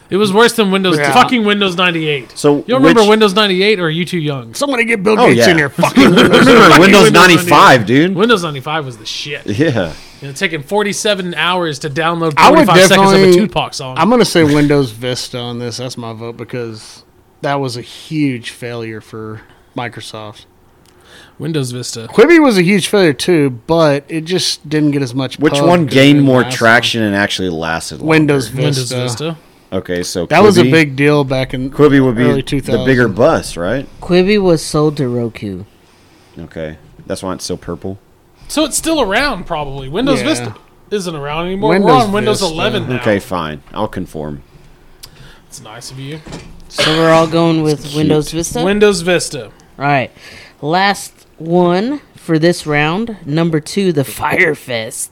It was worse than Windows Yeah. fucking Windows ninety eight. So you don't remember which- Windows ninety eight, or are you too young? somebody get Bill Oh, Gates yeah. in here. Fucking Remember Windows Windows 95, dude? Windows ninety five was the shit. You Yeah. know, taking forty seven hours to download I forty would five seconds of a definitely- Tupac song. I'm gonna say Windows Vista on this. That's my vote because that was a huge failure for Microsoft. Windows Vista. Quibi was a huge failure too, but it just didn't get as much. Which pub one because gained of the more Oh, last traction and actually lasted one. longer? Windows Vista. Windows Vista. Okay, so That was a Quibi- big deal back in Quibi would early be the 2000s. bigger bus, right? Quibi was sold to Roku. Okay, that's why it's so purple. So it's still around probably. Windows Yeah. Vista isn't around anymore. We're Windows on Windows Vista. eleven now. Okay, fine. I'll conform. It's nice of you. So we're all going with Windows Vista. Windows Vista. all right, last one for this round. Number two, the Firefest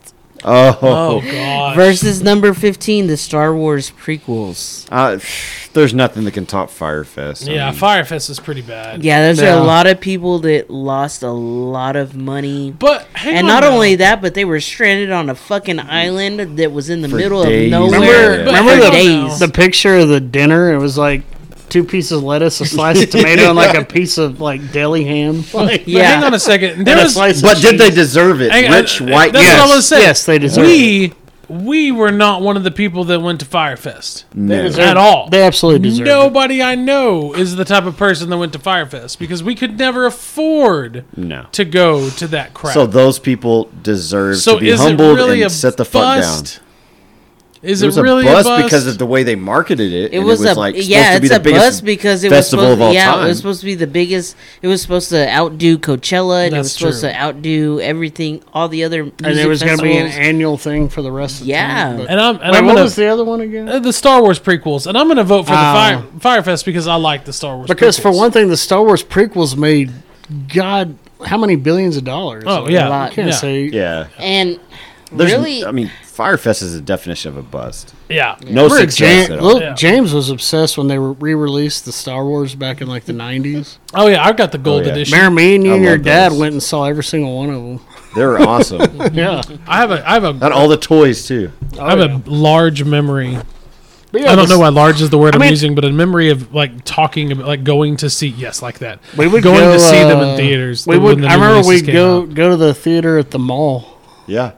Oh, Oh god. versus number fifteen, the Star Wars prequels. uh, pff, there's nothing that can top Firefest. I yeah, mean, Firefest is pretty bad. Yeah, there's Yeah. a lot of people that lost a lot of money. But hang And on not now. only that, but they were stranded on a fucking island that was in the For middle days. of nowhere. Remember- for But remember the- days. The picture of the dinner, it was like two pieces of lettuce, a slice of tomato, and like a piece of like deli ham. Like, But yeah. hang on a second. There and a was slice of But did they cheese. deserve it? hang on, Rich white. That's Yes. what I was saying. Yes, they deserve We we were not one of the people that went to Firefest No. at all. They absolutely deserve it. Nobody I know is the type of person that went to Firefest because we could never afford No. to go to that crap. So those people deserve So to be is humbled it really and a set the fuck down. bust? Is It was it really a a bust, bust? because of the way they marketed it. It and was, a like supposed yeah, to be it's a the biggest buzz because it was festival supposed of all yeah, time. it was supposed to be the biggest. It was supposed to outdo Coachella. And it was That's supposed true. to outdo everything, all the other. Music And it was going to be an festivals. annual thing for the rest of the Yeah. time. but- and I'm and Wait, I'm what gonna, was the other one again? Uh, the Star Wars prequels, and I'm going to vote for Oh. the Fire Firefest because I like the Star Wars. Because for prequels. one thing, the Star Wars prequels made God how many billions of dollars? Oh, Like, yeah, you lot. can't yeah. say Yeah, and There's- really, I mean, Firefest is the definition of a bust. yeah, No Remember success Jam- at all. look, Yeah. James was obsessed when they were re-released the Star Wars back in like the nineties. oh yeah, I've got the gold Oh, yeah. edition. Mary, me and you I and your love dad those. went and saw every single one of They're awesome. them. Yeah, I have a I have a Not all the toys too. I have a large memory. But yeah, I don't the- know why large is the word I am mean- using, but a memory of like talking about like going to see yes, like that. We would going go, to see them uh, in theaters. We the- when would. the I new remember releases we'd came go out. go to the theater at the mall, Yeah,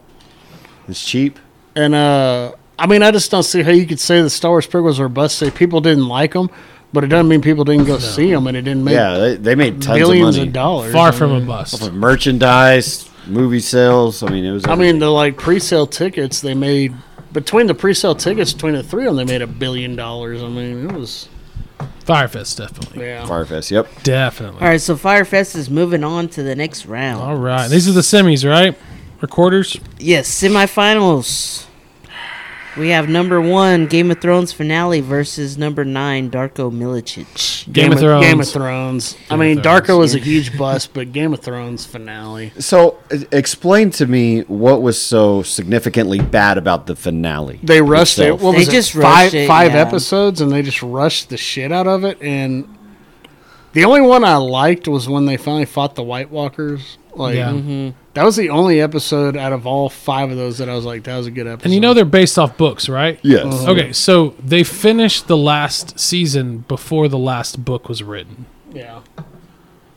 it's cheap. and uh, I mean, I just don't see how you could say the Star Wars prequels were a bust. Say people didn't like them, but it doesn't mean people didn't go see 'em see them, and it didn't make Yeah, they, they made tons billions of of, money. dollars. far from a bust. Merchandise, movie sales. I mean, it was. I mean, the like pre-sale tickets they made between the pre-sale tickets between the three of them, they made a billion dollars. I mean, it was Firefest definitely, yeah. Firefest. Yep. definitely. all right. So Firefest is moving on to the next round. All right, these are the semis, right? Or quarters. Yes, semifinals. We have number one Game of Thrones finale versus number nine Darko Milicic. Game of Thrones. Game of Thrones. I mean, Darko was a huge bust, but Game of Thrones finale. So, e- explain to me what was so significantly bad about the finale. They rushed it. itself. What They was just it? Five rushed it, five yeah. episodes, and they just rushed the shit out of it. And the only one I liked was when they finally fought the White Walkers. Like Yeah. Mm-hmm. that was the only episode out of all five of those that I was like, that was a good episode. And you know they're based off books, right? Yes. Uh, Okay, so they finished the last season before the last book was written. yeah.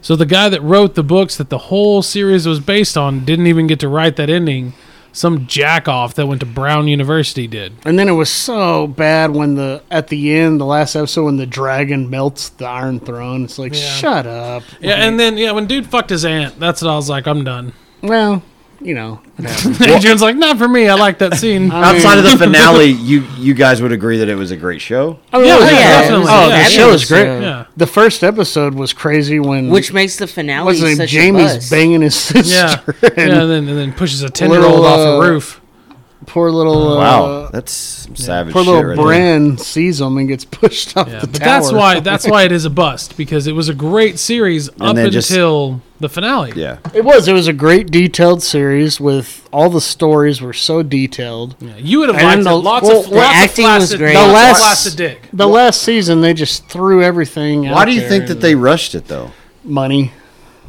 So the guy that wrote the books that the whole series was based on didn't even get to write that ending. Some jack off that went to Brown University did. And then it was so bad when the at the end, the last episode, when the dragon melts the Iron Throne. It's like, shut up. Yeah, and then yeah, when dude fucked his aunt, that's what I was like, I'm done. Well, you know, it happened. Adrian's like, not for me. I like that scene. I mean- Outside of the finale, you you guys would agree that it was a great show. I mean, Yeah, it was yeah, great. definitely. Oh, Yeah. the show was great. Yeah. yeah, The first episode was crazy when Which makes the finale what's his name such Jamie's a bust. banging his sister. yeah, yeah, and and then and then pushes a ten year old Little, off a uh, roof. poor little Wow, uh, that's some savage poor shit little right there. Bran sees him and gets pushed off Yeah, the but tower. that's why that's why it is a bust because it was a great series up then just- until the finale. Yeah, it was. It was a great detailed series with all the stories were so detailed. you would have And liked the- it. Lots well, of the lots acting of was flaccid, great. lots The of last- flaccid dick. The last season they just threw everything. why do you think that they rushed it though? money?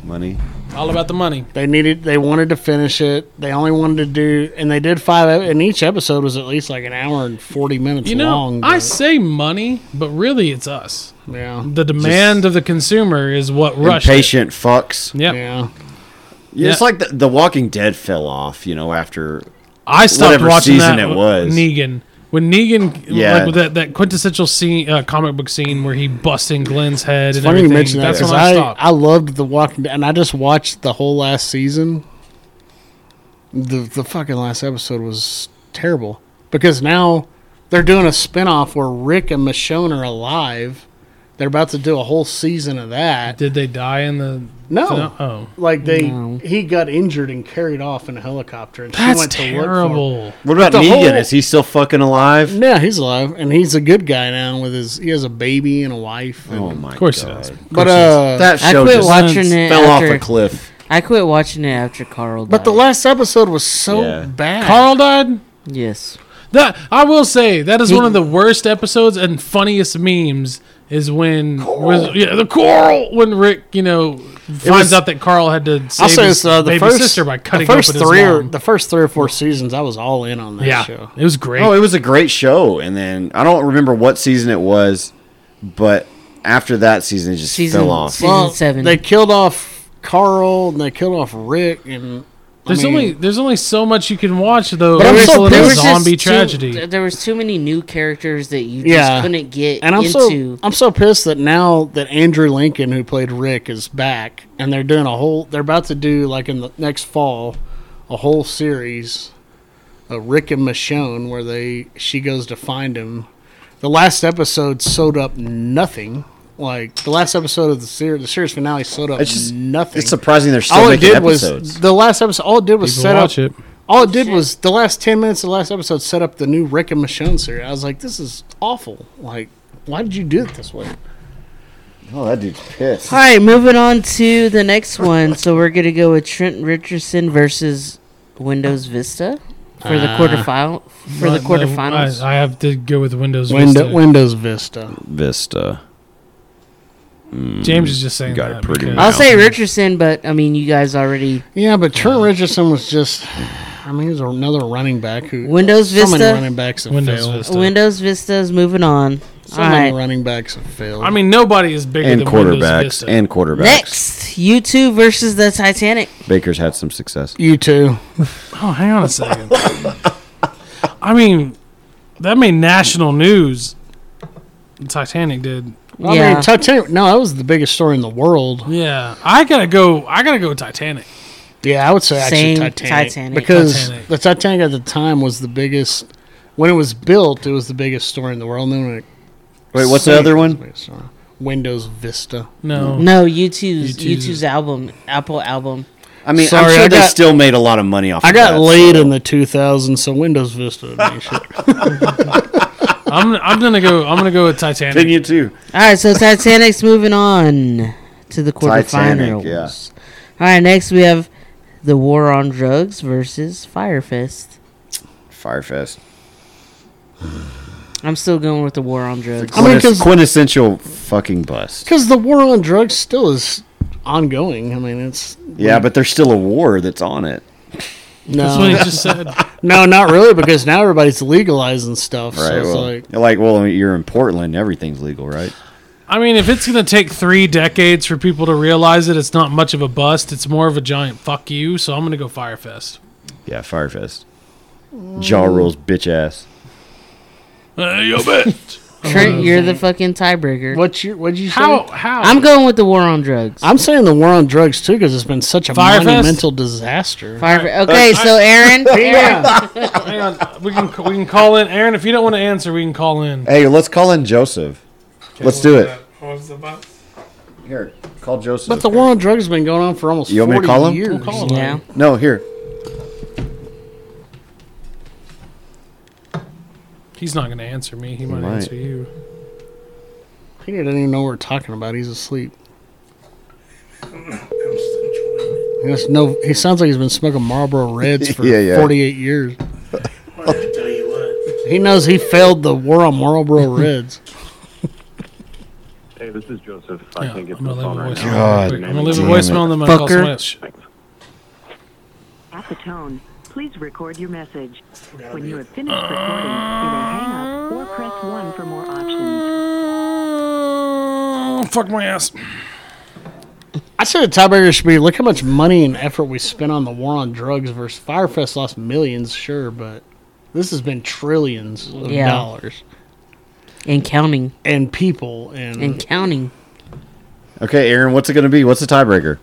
Money. All about the money. They needed. They wanted to finish it. They only wanted to do, and they did five. And each episode was at least like an hour and forty minutes You know, long. I but- say money, but really it's us. yeah, The demand of the consumer is what rushed. It. Impatient fucks. Yep. yeah. Yeah, It's Yeah. like the, the Walking Dead fell off, you know, after I stopped whatever watching season that it w- was. Negan. When Negan, Yeah. like with that, that quintessential scene, uh, comic book scene where he busts in Glenn's head and Funny you everything. mention that that's because when I, I, I, stopped. loved The Walking Dead, and I just watched the whole last season. The the fucking last episode was terrible because now they're doing a spinoff where Rick and Michonne are alive. They're about to do a whole season of that. Did they die in the? No, Oh, like they he got injured and carried off in a helicopter, and she that's went to look for him. terrible. What about The Negan? whole- Is he still fucking alive? Yeah, he's alive, and he's a good guy now. With his, he has a baby and a wife. and- Oh my Of course god! it is. but uh, That I show quit just watching it fell off after- a cliff. I quit watching it after Carl. but the died. last episode was so Yeah. bad. Carl died. yes, That I will say that is one of the worst episodes and funniest memes is when was, yeah the Carl when Rick you know finds was- out that Carl had to save I'll say his this though: the baby first sister by cutting the first open three his or mom. the first three or four seasons, I was all in on that yeah show. it was great Oh, it was a great show, and then I don't remember what season it was, but after that season, it just Season fell off. six. Season seven. They killed off Carl and they killed off Rick, and I there's mean, only there's only so much you can watch though But I'm It's so a There little was just zombie too- tragedy th- there was too many new characters that you Yeah. just couldn't get and I'm into. so I'm so pissed that now that Andrew Lincoln, who played Rick, is back, and they're doing a whole. They're about to do like in the next fall, a whole series, of Rick and Michonne, where they she goes to find him. The last episode sewed up nothing. Like the last episode of the series, the series finale sewed up It's just- nothing. It's surprising they're still all it making did episodes. was the last episode. All it did was People set up. watch it All it did was the last ten minutes of the last episode set up the new Rick and Michonne series. I was like, this is awful. Like, why did you do it this way? oh, that dude's pissed. All right, moving on to the next one. So we're gonna go with Trent Richardson versus Windows Vista for Uh, the quarterfinal for the But, no, quarterfinals. I, I have to go with Windows Window, Vista. Windows Vista. Vista. James is just saying Got it that pretty because- much. I'll say Richardson, but I mean, you guys already Yeah, but Trent Richardson was just. I mean, he was another running back who. Windows so many Vista? running backs have Windows failed. Vista. Windows Vista's moving on. So All many right, running backs have failed. I mean nobody is bigger And than Windows quarterbacks. Vista. And quarterbacks. next you two versus the Titanic. Baker's had some success. you too. Oh, hang on a second. I mean, that made national news. Titanic did. I yeah, mean, Titanic. No, that was the biggest story in the world. Yeah, I gotta go. I gotta go Titanic. Yeah, I would say Same actually Titanic, Titanic. because Titanic. the Titanic at the time was the biggest. When it was built, it was the biggest story in the world. And then when it Wait, what's the sank, other it was the one? biggest story. Windows Vista. No, no U two's U U2's two's album, Apple album. I mean, I'm Sorry, sure I they got- still made a lot of money off. I of got that, laid so- in the 2000s, so Windows Vista. would be shit. I'm. I'm gonna go. I'm gonna go with Titanic. Didn't you too? All right, so Titanic's moving on to the quarterfinals. Titanic, yeah. All right, next we have the War on Drugs versus Firefest. Firefest. I'm still going with the War on Drugs. I mean, Quintes- 'cause- quintessential fucking bust. Because the war on drugs still is ongoing. I mean, it's Yeah, but there's still a war that's on it. That's what he no, just said. no, not really, because now everybody's legalizing stuff. so Right. it's well, like, you're like, well, you're in Portland. Everything's legal, right? I mean, if it's gonna take three decades for people to realize it, it's not much of a bust. It's more of a giant fuck you. So I'm gonna go Firefest. Yeah, Firefest. Jaw rules, bitch ass. Hey, yo, bitch. Trent, you're the fucking tiebreaker. what's your what'd you say? How? How? I'm going with the War on Drugs. I'm saying the war on drugs too, because it's been such a Firefest? monumental disaster. Firefe- okay, so Aaron, Yeah, Hang on. We can. We can call in Aaron if you don't want to answer. We can call in. Hey, let's call in Joseph. let's do it. Here, call Joseph. but the war on drugs has been going on for almost You want me to 40 call him? years. We'll call him. yeah, no, here. He's not going to answer me. He might, might. answer you. Peter doesn't even know what we're talking about. He's asleep. He has no. He sounds like he's been smoking Marlboro Reds for Yeah, yeah. 48 years. Well, I tell you what. He knows he failed the war on Marlboro Reds. Hey, this is Joseph. Yeah, I I'm can't get to the going to leave a phone right voicemail. now. God I'm going to leave a damn voicemail and then I'm going to call Fucker. someone else. At the tone, please record your message. When you have finished recording, you may hang up or press 1 for more options. Mm, Fuck my ass. I said the tiebreaker should be look how much money and effort we spent on the war on drugs versus Firefest lost millions, sure, but this has been trillions of Yeah. dollars And counting. and people and, And Mm. counting. Okay, Aaron, what's it going to be? What's the tiebreaker?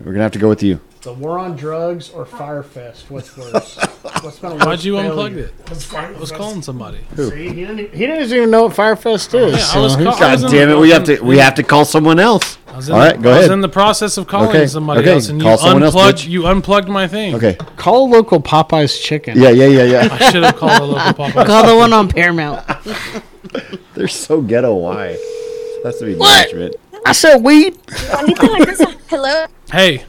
We're going to have to go with you. the war on drugs or Firefest. What's worse? What's been Why'd you unplug it? I was Firefest. calling somebody. See, he, didn't, he doesn't even know what Firefest is. e- Oh, Yeah, I was so- call- I was God in damn the- it, we have to we have to call someone else. I was in All right, the, go I was ahead. in the process of calling Okay, somebody okay, else, and you call someone else, unplugged bitch. you unplugged my thing. Okay. Call local Popeye's chicken. Yeah, yeah, yeah, yeah. I should have called the local Popeyes. Call the one on Paramount. They're so ghetto. Why? That's to be management. I said weed. Oh, Hello? Hey,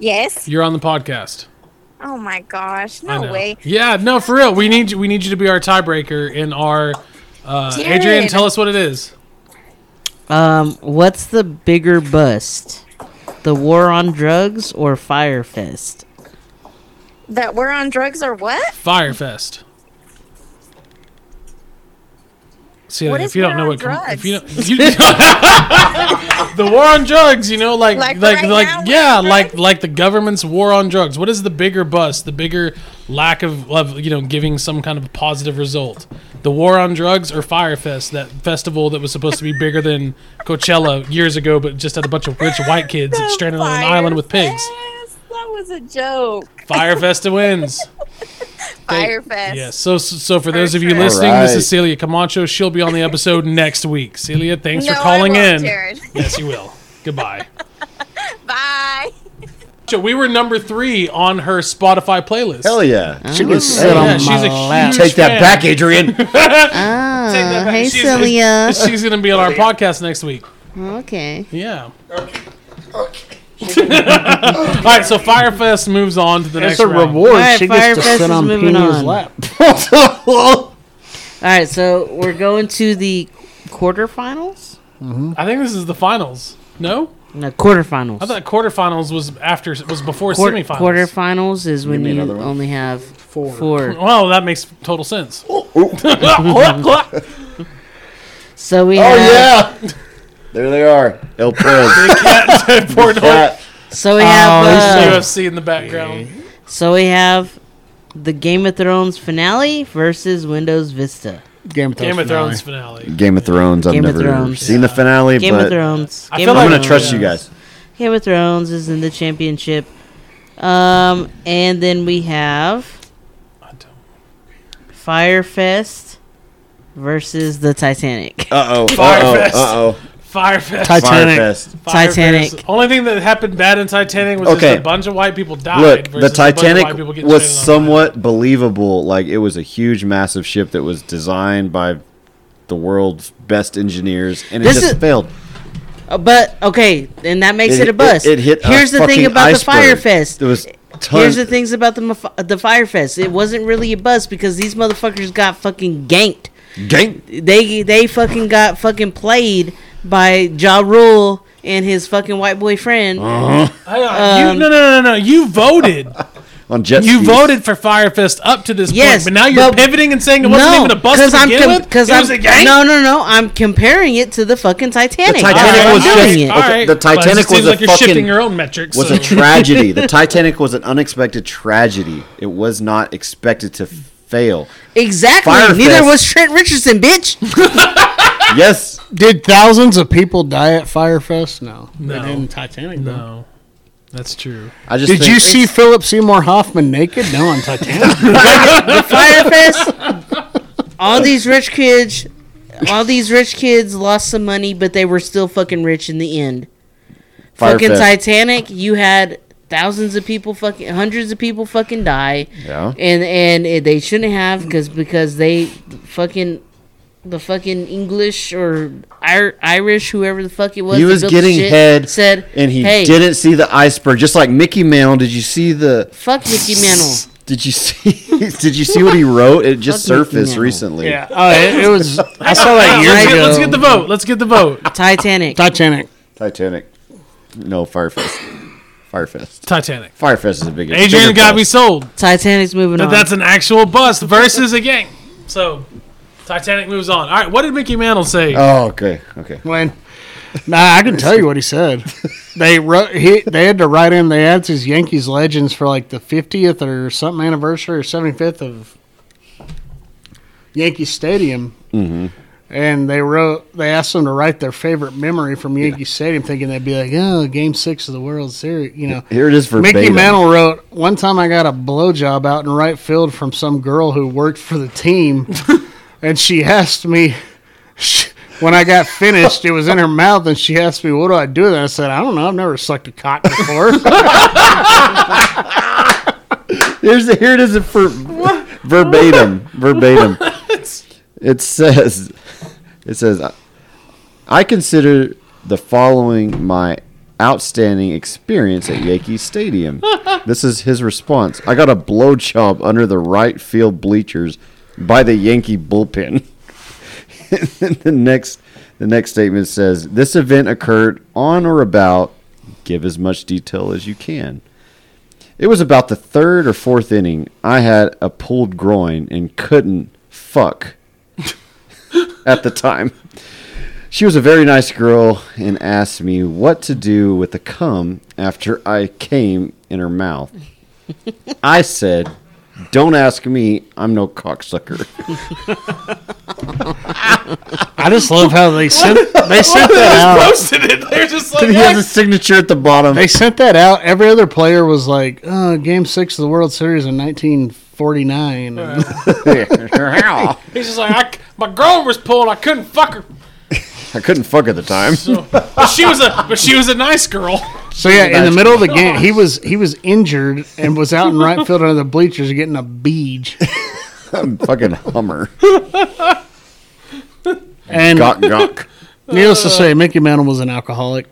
Yes? you're on the podcast. Oh my gosh. I No know. way. Yeah, no, for real. We need you. We need you to be our tiebreaker in our. Uh, Adrian, Jared. tell us what it is. Um, what's the bigger bust? The war on drugs or Firefest? That we're on drugs or what? Firefest. See, What if is you don't war know on what, com- drugs? if you, don't, you the war on drugs, you know, like like Like like, right now, yeah, war on like drugs? like the government's war on drugs. What is the bigger bust? The bigger lack of, of you know giving some kind of positive result. The war on drugs or Firefest, that festival that was supposed to be bigger than Coachella years ago, but just had a bunch of rich white kids The stranded on an island with pigs. Firefest? That was a joke. Firefest wins. Firefest. Yes. So, so- so for those of you sure. listening, this Alright. is Celia Camacho. She'll be on the episode next week. Celia, thanks No, for I calling won't, in. Jared. Yes, you will. Goodbye. Bye. So we were number three on her Spotify playlist. Hell yeah. She can sit yeah, on yeah, she's my a lap. huge Take that fan. back, Adrian. Oh, Take that back. hey, She's- Celia. She's gonna be on our podcast next week. Okay. Yeah. All right. So Firefest moves on to the It's next a round. reward. All right, she gets Firefest to sit is on moving Pena's on. lap. All right, so we're going to the quarterfinals? I think this is the finals. No, No, quarterfinals. I thought quarterfinals was after was before Quar- semifinals. quarterfinals is when me you another one. Oh, only have four. four. Well, that makes total sense. So we Oh have yeah. There they are. El Perez. Poor dog. Cat. so Oh, we have uh, UFC in the background. so we have the Game of Thrones finale versus Windows Vista. Game of Thrones. Game of finale. Thrones finale. Game of Thrones. I've Game of never Thrones. seen the finale, Game but of Thrones. I Game feel of I'm gonna like- Thrones. trust you guys. Game of Thrones is in the championship. Um, and then we have I don't- Firefest versus the Titanic. Uh oh. Uh Firefest. oh. Uh Firefest. oh. Titanic. Firefest. Firefest. Titanic. Only thing that happened bad in Titanic was Okay. just a bunch of white people died. Look, the Ah, versus a bunch of white people Titanic getting was stranded on somewhat believable. Like it was a huge, massive ship that was designed by the world's best engineers, and it This just is- failed. Uh, But okay, and that makes it, a bust. It, hit. a Here's the fucking thing about iceberg. the Firefest. There was Here's tons. the things about the maf- the Firefest. It wasn't really a bust because these motherfuckers got fucking ganked. Gang. They they fucking got fucking played by Ja Rule and his fucking white boy friend. Uh-huh. the- Hang on, uh, um, you, no, no, no, no. You voted. on jet you skis. voted for Firefest up to this point, Yes, but now you're but- pivoting and saying it wasn't even a bust to I'm begin com- with. it I'm was a gang. no no no. I'm comparing it to the fucking Titanic. The Titanic That's what was I'm just- doing it. okay, the but it just Titanic was seems a like you're fucking- shifting your own metrics. was so. a tragedy. the Titanic was an unexpected tragedy. It was not expected to fail. Exactly. Firefest. Neither was Trent Richardson, bitch. Yes. Did thousands of people die at Firefest? No. No. They didn't Titanic, though. no, that's true. I just Did think- you see Philip Seymour Hoffman naked? No, on Titanic. Firefest. All these rich kids, all these rich kids lost some money, but they were still fucking rich in the end. Firefest. Fucking Titanic, you had Thousands of people fucking, hundreds of people fucking die, Yeah. and and it- they shouldn't have because because they fucking the fucking English or Ir- Irish whoever the fuck it was He that was built the getting shit head, said and he hey, didn't see the iceberg. Just like Mickey Mantle, did you see the? fuck Mickey Mantle Did you see? did you see what he wrote? It just Fuck Mickey surfaced Mantle. recently. Yeah. Oh, it, it was. I saw that years Let's get, ago. let's get the vote. Let's get the vote. Titanic Titanic. Titanic. No, Firefest. Firefest. Titanic. Firefest is a big. Adrian bigger got me fest. sold. Titanic's moving That on that's an actual bust versus a gang. So Titanic moves on. All right, what did Mickey Mantle say? Oh, okay, okay. When? Nah, I can tell you what he said. They wrote. He, they had to write in the ads as Yankees legends for like the 50th or something anniversary or 75th of Yankee Stadium. Mm-hmm. And they wrote. They asked them to write their favorite memory from Yankee Stadium, thinking they'd be like, "Oh, Game Six of the World Series." You know. Here it is for Mickey Mantle wrote, One time I got a blowjob out in right field from some girl who worked for the team, and she asked me, when I got finished, it was in her mouth, and she asked me, What do I do with it? I said, I don't know. I've never sucked a cock before. Here's the, here it is for verbatim. Verbatim. It says, it says, I consider the following my outstanding experience at Yankee Stadium. This is his response. I got a blowjob under the right field bleachers by the Yankee bullpen. And the next, the next statement says, this event occurred on or about. Give as much detail as you can. It was about the third or fourth inning. I had a pulled groin and couldn't fuck at the time. She was a very nice girl and asked me what to do with the cum after I came in her mouth. I said, Don't ask me. I'm no cocksucker. I just love how they sent, they sent that out. Posted it. They're just like, he has a signature at the bottom. They sent that out. Every other player was like, oh, Game Six of the World Series in 1949. And I he's just like, I c my girl was pulled. I couldn't fuck her. couldn't fuck at the time. But she was a, but she was a nice girl. So yeah, in the middle of the game, he was he was injured and was out in right field under the bleachers getting a beach. Fucking Hummer. And Gawk, gawk. needless to say, Mickey Mantle was an alcoholic.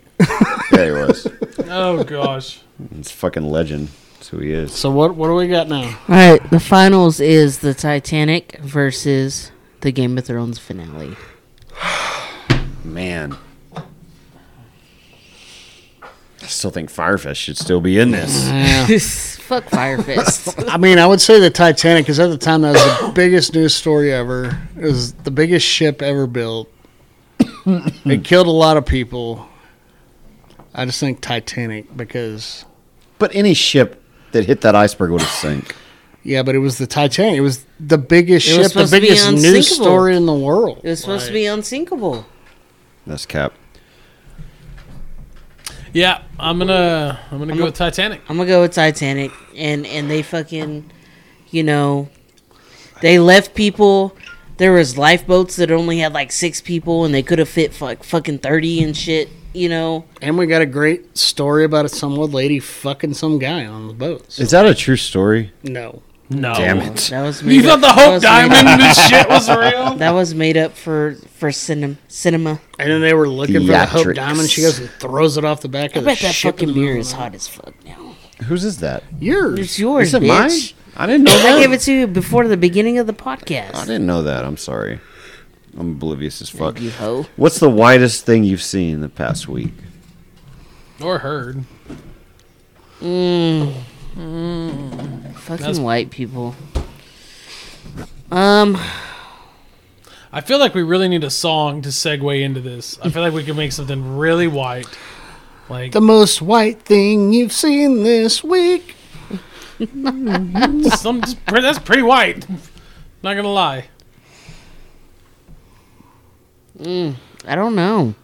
Yeah, he was. Oh gosh. It's fucking legend. That's who he is. So what what do we got now? all right the finals is the Titanic versus the Game of Thrones finale Man. I still think Firefest should still be in this. fuck Firefest I mean, I would say the Titanic because at the time that was the biggest news story ever. It was the biggest ship ever built. it killed a lot of people. I just think Titanic because But any ship that hit that iceberg would have sank. yeah, but it was the Titanic. It was the biggest It was ship, the supposed to be biggest news unsinkable. story in the world. it was supposed to be unsinkable That's cap. Yeah, I'm gonna, I'm gonna go with Titanic. I'm gonna go with Titanic, and and they fucking, you know, they left people. There was lifeboats that only had like six people, and they could have fit like fucking thirty and shit. You know, And we got a great story about some old lady fucking some guy on the boat. So, Is that a true story? no. No. Damn it. that was made You thought up, the that Hope was made Diamond up- and this shit was real? that was made up for for cinema. Cinema. And then they were looking for the Theatrics. Hope Diamond. She goes and throws it off the back I of the bet that ship. fucking in the beer middle is of hot as fuck now. Whose is that? the- Yours. It's yours, Is it mine? bitch. I didn't know that. I gave it to you before the beginning of the I podcast. didn't know that. I'm sorry. I'm oblivious as fuck. You hoe. What's the widest thing you've seen in the past week? Or heard. Fucking white people. Um, I feel like we really need a song to segue into this. I feel like we could make something really white. Like The most white thing you've seen this week. some that's pretty- that's pretty white. Not gonna lie. I don't know.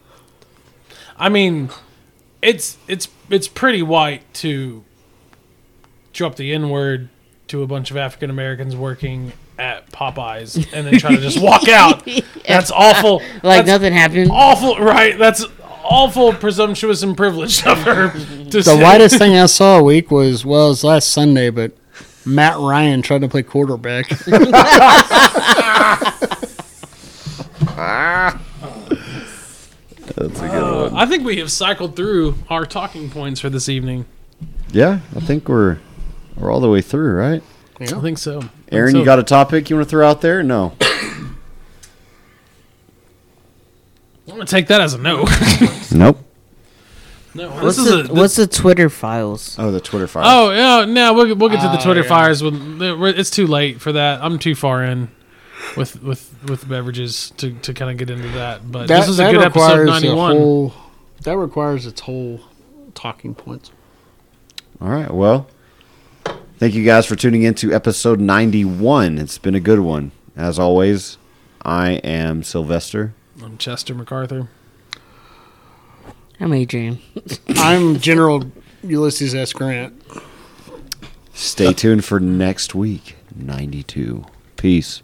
I mean, it's it's it's pretty white to drop the N word to a bunch of African Americans working at Popeyes and then try to just walk out. That's awful. Like That's nothing happened. Awful, right? That's awful, presumptuous and privileged of her to The say. whitest thing I saw a week was well, it was last Sunday, but Matt Ryan tried to play quarterback. That's a good one. I think we have cycled through our talking points for this evening. Yeah, I think we're we're all the way through, right? I think so. Aaron, you got a topic you want to throw out there? No. I'm gonna take that as a no. Nope. no, What's this is the, a. This, what's the Twitter files? Oh, the Twitter file. oh yeah, no, we'll we'll get to the Twitter fires. When, it's too late for that. I'm too far in with with with beverages to, to kind of get into that. But That- this is a that good episode requires a 91. whole- that requires its whole talking points. All right. Well, thank you guys for tuning in to episode 91. It's been a good one. As always, I am Sylvester. I'm Chester MacArthur. I'm Adrian. I'm General Ulysses S. Grant. Stay tuned for next week, 92. Peace.